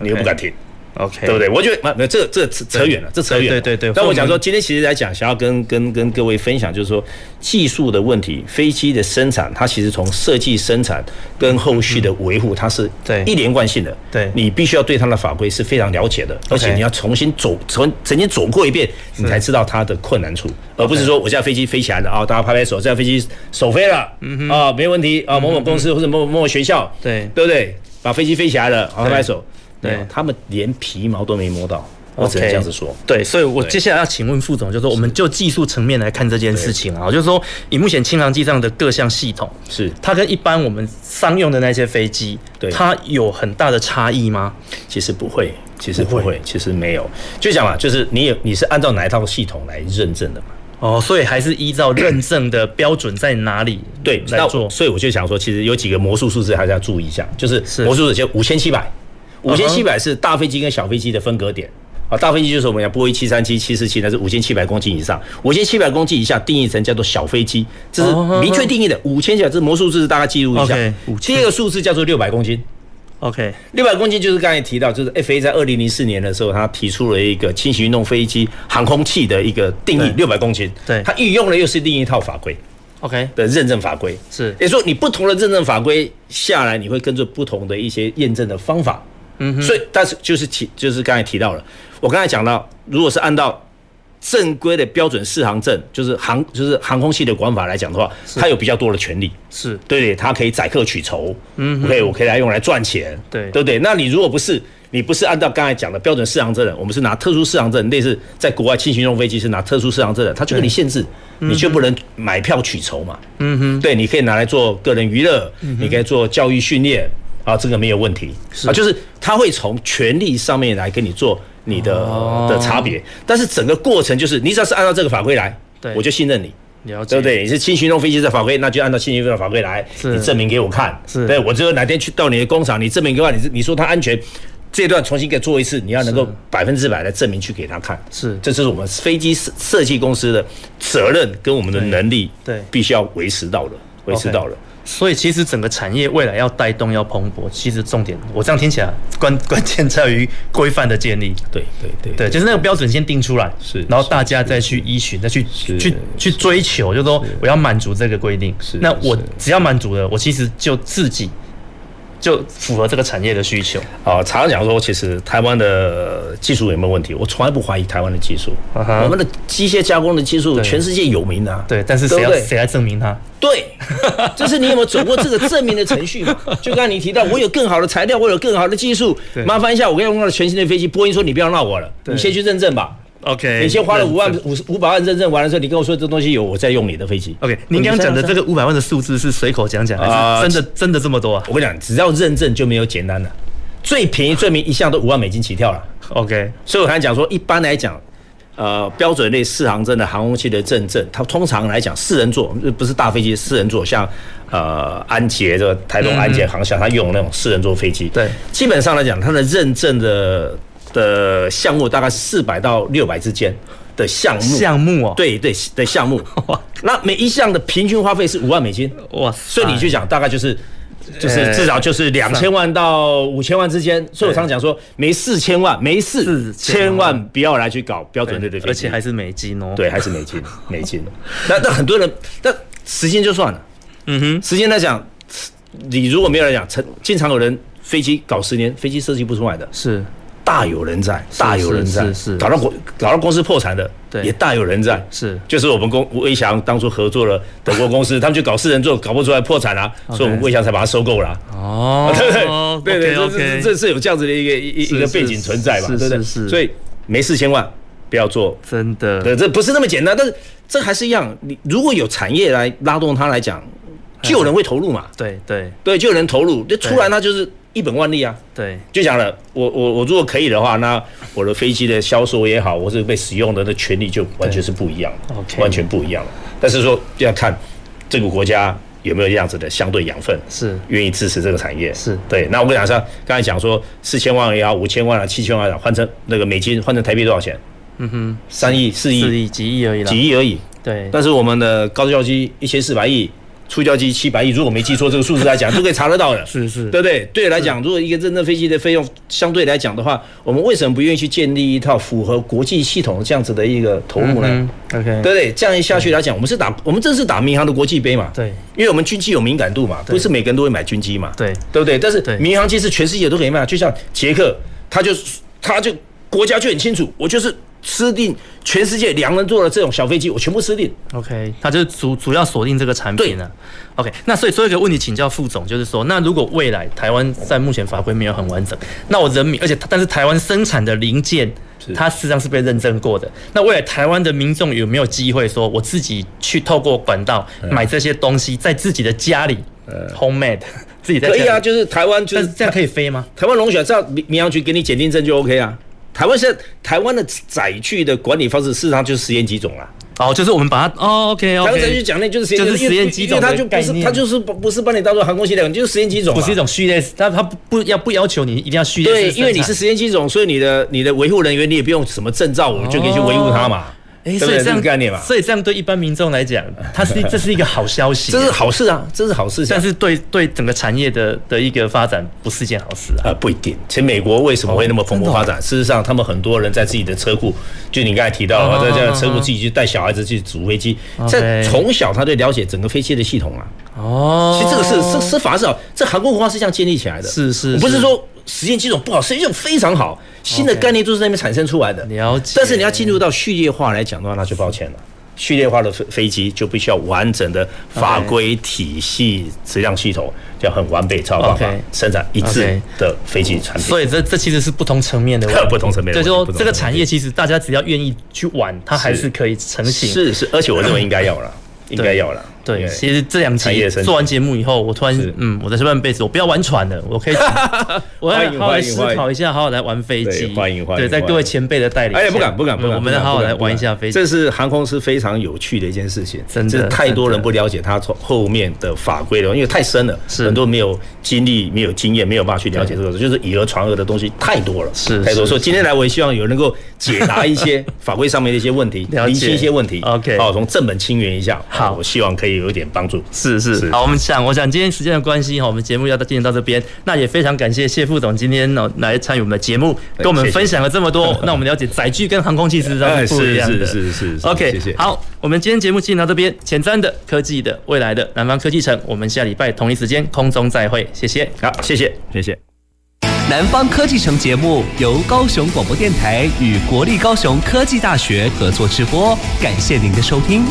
Speaker 2: 你又不敢停。
Speaker 1: OK，
Speaker 2: 对不对？我觉得那啊这这扯远了，这扯远。
Speaker 1: 对对对。
Speaker 2: 但我想说，今天其实来讲，想要跟跟跟各位分享，就是说技术的问题，飞机的生产，它其实从设计、生产跟后续的维护，它是一连贯性的。
Speaker 1: 对，
Speaker 2: 你必须要对它的法规是非常了解的，而且你要重新走，曾曾经走过一遍，你才知道它的困难处，而不是说我现在飞机飞起来了啊，大家拍拍手，这架飞机首飞了，
Speaker 1: 嗯
Speaker 2: 啊，没问题啊，某某公司或者某某学校，
Speaker 1: 对
Speaker 2: 对不对？把飞机飞起来了，好，拍拍手。对他们连皮毛都没摸到，我只能这样子说。
Speaker 1: 对，所以我接下来要请问副总，就是我们就技术层面来看这件事情啊，就是说以目前轻航机上的各项系统，
Speaker 2: 是
Speaker 1: 它跟一般我们商用的那些飞机，
Speaker 2: 对
Speaker 1: 它有很大的差异吗？
Speaker 2: 其实不会，其实不会，其实没有。就讲嘛，就是你有你是按照哪一套系统来认证的嘛？
Speaker 1: 哦，所以还是依照认证的标准在哪里
Speaker 2: 对
Speaker 1: 来做？
Speaker 2: 所以我就想说，其实有几个魔术数字还是要注意一下，就是魔术数字就五千七百。
Speaker 1: 嗯
Speaker 2: 五千七百是大飞机跟小飞机的分隔点啊，大飞机就是我们讲波音七三七、七四七，那是五千七百公斤以上，五千七百公斤以下定义成叫做小飞机，这
Speaker 1: 哦
Speaker 2: 是明确定义的。五千七百，这魔术字大家记录一下。第二个数字叫做六百公斤。
Speaker 1: OK，
Speaker 2: 六百公斤就是刚才提到，就是 FA 在二零零四年的时候，他提出了一个轻型运动飞机航空器的一个定义，六百公斤。
Speaker 1: 对，
Speaker 2: 它运用了又是另一套法规。
Speaker 1: OK
Speaker 2: 的认证法规
Speaker 1: 是，
Speaker 2: 也说你不同的认证法规下来，你会跟着不同的一些验证的方法。
Speaker 1: 嗯，
Speaker 2: 所以但是就是提就是刚才提到了，我刚才讲到，如果是按照正规的标准适航证，就是航就是航空器的管法来讲的话，它有比较多的权利，
Speaker 1: 是
Speaker 2: 对，它可以载客取酬，
Speaker 1: 嗯
Speaker 2: ，OK，我可以来用来赚钱，
Speaker 1: 对，
Speaker 2: 对不对？那你如果不是你不是按照刚才讲的标准适航证的，我们是拿特殊适航证，类似在国外轻型用飞机是拿特殊适航证的，它就给你限制，你就不能买票取酬嘛，
Speaker 1: 嗯哼，
Speaker 2: 对，你可以拿来做个人娱乐，
Speaker 1: 嗯哼
Speaker 2: 你可以做教育训练。啊，这个没有问题啊，就是他会从权利上面来跟你做你的、
Speaker 1: 哦
Speaker 2: 的差别，但是整个过程就是你只要是按照这个法规来，
Speaker 1: 对
Speaker 2: 我就信任你。
Speaker 1: 了解
Speaker 2: 对不对？你是轻巡用飞机的法规，那就按照轻巡用的法规来，
Speaker 1: 是
Speaker 2: 你证明给我看。
Speaker 1: 是
Speaker 2: 对我只有哪天去到你的工厂，你证明给我看，你是你说它安全，这段重新给做一次，你要能够百分之百的证明去给他看。
Speaker 1: 是
Speaker 2: 这就是我们飞机设设计公司的责任跟我们的能力，
Speaker 1: 对对
Speaker 2: 必须要维持到了，维持到了。
Speaker 1: 所以其实整个产业未来要带动、要蓬勃，其实重点我这样听起来关 [LAUGHS] 关键在于规范的建立。
Speaker 2: 对对对
Speaker 1: 对，就是那个标准先定出来，
Speaker 2: 是
Speaker 1: 然后大家再去依循，再去去去追求，就是说我要满足这个规定。
Speaker 2: 是
Speaker 1: 那我只要满足了，我其实就自己就符合这个产业的需求。
Speaker 2: 啊，常常讲说，其实台湾的技术有没有问题？我从来不怀疑台湾的技术，
Speaker 1: 啊哈
Speaker 2: 我们的机械加工的技术
Speaker 1: 对
Speaker 2: 全世界有名的、啊。
Speaker 1: 对，但是谁
Speaker 2: 对
Speaker 1: 要
Speaker 2: 不对
Speaker 1: 谁来证明它？
Speaker 2: 对， [LAUGHS] 就是你有没有走过这个证明的程序嘛？就刚才你提到，我有更好的材料，我有更好的技术
Speaker 1: 对，
Speaker 2: 麻烦一下，我可以用到全新的飞机。波音说你不要闹我了，
Speaker 1: 对哎
Speaker 2: 你先去认证吧。
Speaker 1: OK，
Speaker 2: 你先花了五万
Speaker 1: 认
Speaker 2: 五五百万认证完了之后，你跟我说这东西有，我再用你的飞机。
Speaker 1: OK，您刚刚讲的这个五百万的数字是随口讲讲，
Speaker 2: 啊
Speaker 1: 还是真的真的这么多啊
Speaker 2: 我跟你讲，只要认证就没有简单的，最便宜最便宜一项都五万美金起跳了。
Speaker 1: ？OK，
Speaker 2: 所以我刚才讲说，一般来讲，呃，标准类四航证的航空器的认证，它通常来讲四人座，不是大飞机，四人座，像呃安捷这个台东安捷航厦，它用那种四人座飞机，
Speaker 1: 嗯对，
Speaker 2: 基本上来讲，它的认证的的项目大概是四百到六百之间的项目，
Speaker 1: 项目哦
Speaker 2: 对对的
Speaker 1: [LAUGHS]
Speaker 2: 项目，那每一项的平均花费是五万美金，
Speaker 1: 哇塞，
Speaker 2: 所以你就讲大概
Speaker 1: 哎
Speaker 2: 就是。就是
Speaker 1: 呃
Speaker 2: 至少就是两千万到五千万之间，所以我常讲
Speaker 1: 哎
Speaker 2: 说没四千万，没四千万不要来去搞标准类的飞机，
Speaker 1: 哎而且还是美金哦。
Speaker 2: 对，还是
Speaker 1: [LAUGHS]
Speaker 2: 美金，美金。那那很多人，那时间就算了，
Speaker 1: 嗯哼，
Speaker 2: 时间来讲，你如果没有人讲，成经常有人飞机搞十年，飞机设计不出来的，
Speaker 1: 是
Speaker 2: 大有人在，大有人在，
Speaker 1: 是是是
Speaker 2: 搞到国搞到公司破产的，
Speaker 1: 对
Speaker 2: 也大有人在，
Speaker 1: 是
Speaker 2: 就是我们公魏翔当初合作了德国公司，他们就搞四人座，搞不出来破产啦、
Speaker 1: OK
Speaker 2: 所以我们魏翔才把它收购了、
Speaker 1: 哦
Speaker 2: 对不对？ [LAUGHS] 对对
Speaker 1: OK，OK
Speaker 2: 这这这是有这样子的一个一
Speaker 1: 是
Speaker 2: 一个背景存在嘛，
Speaker 1: 是
Speaker 2: 对不对？
Speaker 1: 是是
Speaker 2: 所以没事千万不要做，
Speaker 1: 真的，
Speaker 2: 对，这不是那么简单，但是这还是一样，你如果有产业来拉动它来讲，就有人会投入嘛，
Speaker 1: 对对
Speaker 2: 对，就有人投入，就出来它就是一本万利啊。
Speaker 1: 对，
Speaker 2: 就讲了，我我我如果可以的话，那我的飞机的销售也好，我是被使用的那权利就完全是不一样的
Speaker 1: OK
Speaker 2: 完全不一样了。但是说就要看这个国家有没有这样子的相对养分，
Speaker 1: 是
Speaker 2: 愿意支持这个产业，
Speaker 1: 是
Speaker 2: 对。那我跟你讲像刚才讲说四千万也好，五千万啊，七千万啊，换成那个美金换成台币多少钱？
Speaker 1: 嗯哼，
Speaker 2: 三亿、四亿、
Speaker 1: 四亿几亿而已啦，
Speaker 2: 几亿而已。
Speaker 1: 对，
Speaker 2: 但是我们的高教机一千四百亿，初教机七百亿，如果没记错这个数字来讲，都可以查得到的。
Speaker 1: 是是，
Speaker 2: 对不对？对来讲，如果一个认证飞机的费用相对来讲的话，我们为什么不愿意去建立一套符合国际系统这样子的一个投入呢？
Speaker 1: 嗯哼，OK，
Speaker 2: 对不对？这样一下去来讲，我们是打我们这是打民航的国际杯嘛？
Speaker 1: 对，
Speaker 2: 因为我们军机有敏感度嘛，不是每个人都会买军机嘛？
Speaker 1: 对，
Speaker 2: 对不对？但是民航机是全世界都可以卖，就像捷克，他就他就国家就很清楚，我就是吃定全世界两人座的这种小飞机，我全部吃定。
Speaker 1: OK，它就是主主要锁定这个产品呢、OK，那所以最后一个问题请教副总，就是说，那如果未来台湾在目前法规没有很完整，那我人民，而且但是台湾生产的零件，它事实上是被认证过的。那未来台湾的民众有没有机会说，我自己去透过管道买这些东西，在自己的家里、h o m e made，自己 [LAUGHS] 在家
Speaker 2: 呃可
Speaker 1: 里
Speaker 2: 以啊，就是台湾就是
Speaker 1: 这样可以飞吗？
Speaker 2: 台湾龙选照民民航局给你检定证就 OK 啊。台湾现在台湾的载具的管理方式，事实上就是实验几种啦。
Speaker 1: 哦，就是我们把它哦，OK
Speaker 2: 台
Speaker 1: OK，
Speaker 2: 湾载具讲那就是实验
Speaker 1: 就
Speaker 2: 机
Speaker 1: 是
Speaker 2: 种，
Speaker 1: 实验机
Speaker 2: 因为
Speaker 1: 种的
Speaker 2: 它就不
Speaker 1: 概
Speaker 2: 是
Speaker 1: 念
Speaker 2: 它就是不不是把你当做航空器量，就是实验机种嘛。啊
Speaker 1: 不是一种序列，它它不不要不要求你一定要序列
Speaker 2: 对，
Speaker 1: 式生产，
Speaker 2: 因为你是实验机种，所以你的你的维护人员你也不用什么证照，我们就可以去维护它嘛。
Speaker 1: 哎、
Speaker 2: 对不
Speaker 1: 所以
Speaker 2: 对
Speaker 1: 这
Speaker 2: 这
Speaker 1: 样
Speaker 2: 个概念嘛。
Speaker 1: 所以这样对一般民众来
Speaker 2: [LAUGHS]
Speaker 1: 讲，它是这是一个好消息，
Speaker 2: 这是好事啊，这是好事情啊。
Speaker 1: 但是对对整个产业的的一个发展不是一件好事啊。
Speaker 2: 呃，不一定。其实美国为什么会那么蓬勃
Speaker 1: 哦
Speaker 2: 发展？事实上，他们很多人在自己的车库，就你刚才提到
Speaker 1: 嗯
Speaker 2: 了，
Speaker 1: 嗯
Speaker 2: 在这样
Speaker 1: 嗯
Speaker 2: 车库
Speaker 1: 嗯
Speaker 2: 自己去带小孩子去组飞机，
Speaker 1: OK
Speaker 2: 在从小他就了解整个飞机的系统啊。
Speaker 1: 哦
Speaker 2: 其实这个是这是法是好，这韩国文化是这样建立起来的。
Speaker 1: 是是
Speaker 2: 我不
Speaker 1: 是
Speaker 2: 是说实验机种不好，实验机种非常好，新的概念都是在那边产生出来的。
Speaker 1: 了解，
Speaker 2: 但是你要进入到序列化来讲的话，那就抱歉了。序列化的飞飞机就必须要完整的法规体系、质量系统，就要很完备，才有办法
Speaker 1: OK
Speaker 2: 生产一致的飞机产品。
Speaker 1: 所以这这其实是不同层面的问题，
Speaker 2: [LAUGHS] 不同层面的
Speaker 1: 对，
Speaker 2: 问
Speaker 1: 就
Speaker 2: 题不
Speaker 1: 说
Speaker 2: 同
Speaker 1: 这个
Speaker 2: 层
Speaker 1: 产业其实大家只要愿意去玩，它还是可以成型。
Speaker 2: 是是，而且我认为应该要了，应该要了。
Speaker 1: 对，
Speaker 2: 对
Speaker 1: 其实这两
Speaker 2: 产
Speaker 1: 集
Speaker 2: 业升级
Speaker 1: 做完节目以后，我突然，嗯，我在这半辈子我不要玩船了，我
Speaker 2: [LAUGHS]
Speaker 1: 可以，我要
Speaker 2: 欢迎
Speaker 1: 好好来
Speaker 2: 欢迎
Speaker 1: 思
Speaker 2: 欢迎
Speaker 1: 考一下，好好来玩飞
Speaker 2: 对
Speaker 1: 机。
Speaker 2: 欢迎欢迎
Speaker 1: 对，在各位前辈的带领下，
Speaker 2: 哎，不敢不敢不
Speaker 1: 嗯
Speaker 2: 敢，
Speaker 1: 我们
Speaker 2: 不敢
Speaker 1: 好好
Speaker 2: 不
Speaker 1: 来
Speaker 2: 敢
Speaker 1: 玩一下飞机。
Speaker 2: 这是航空是非常有趣的一件事情，
Speaker 1: 真的
Speaker 2: 这是太多
Speaker 1: 真
Speaker 2: 人
Speaker 1: 的
Speaker 2: 不了解它从后面的法规了，因为太深了，
Speaker 1: 是
Speaker 2: 很多没有经历、没有经验、没有办法去了解这个，就是以讹传讹的东西太多了，
Speaker 1: 是
Speaker 2: 太多。
Speaker 1: 是
Speaker 2: 所以
Speaker 1: 是
Speaker 2: 今天来，我也希望有能够解答一
Speaker 1: [LAUGHS]
Speaker 2: 些法规上面的一些问题，
Speaker 1: 了解
Speaker 2: 厘清一些问题。
Speaker 1: OK
Speaker 2: 好，从正本清源一下，
Speaker 1: 好
Speaker 2: 我希望可以有一点帮助。
Speaker 1: 是是，好，我们想，我想今天时间的关系哈，哦我们节目要到进行到这边。那也非常感谢谢副总今天呢来参与我们的节目，跟我们
Speaker 2: 哎谢谢
Speaker 1: 分享了这么
Speaker 2: [LAUGHS]
Speaker 1: 多。那我们了解载具跟航空器事实上
Speaker 2: 哎
Speaker 1: 是不一样的。
Speaker 2: 是是是是
Speaker 1: OK，
Speaker 2: 谢谢
Speaker 1: 好，我们今天节目进行到这边，前瞻的、科技的、未来的南方科技城，我们下礼拜同一时间空中再会，谢谢。
Speaker 2: 好，谢谢谢谢。
Speaker 3: 南方科技城节目由高雄广播电台与国立高雄科技大学合作直播，感谢您的收听。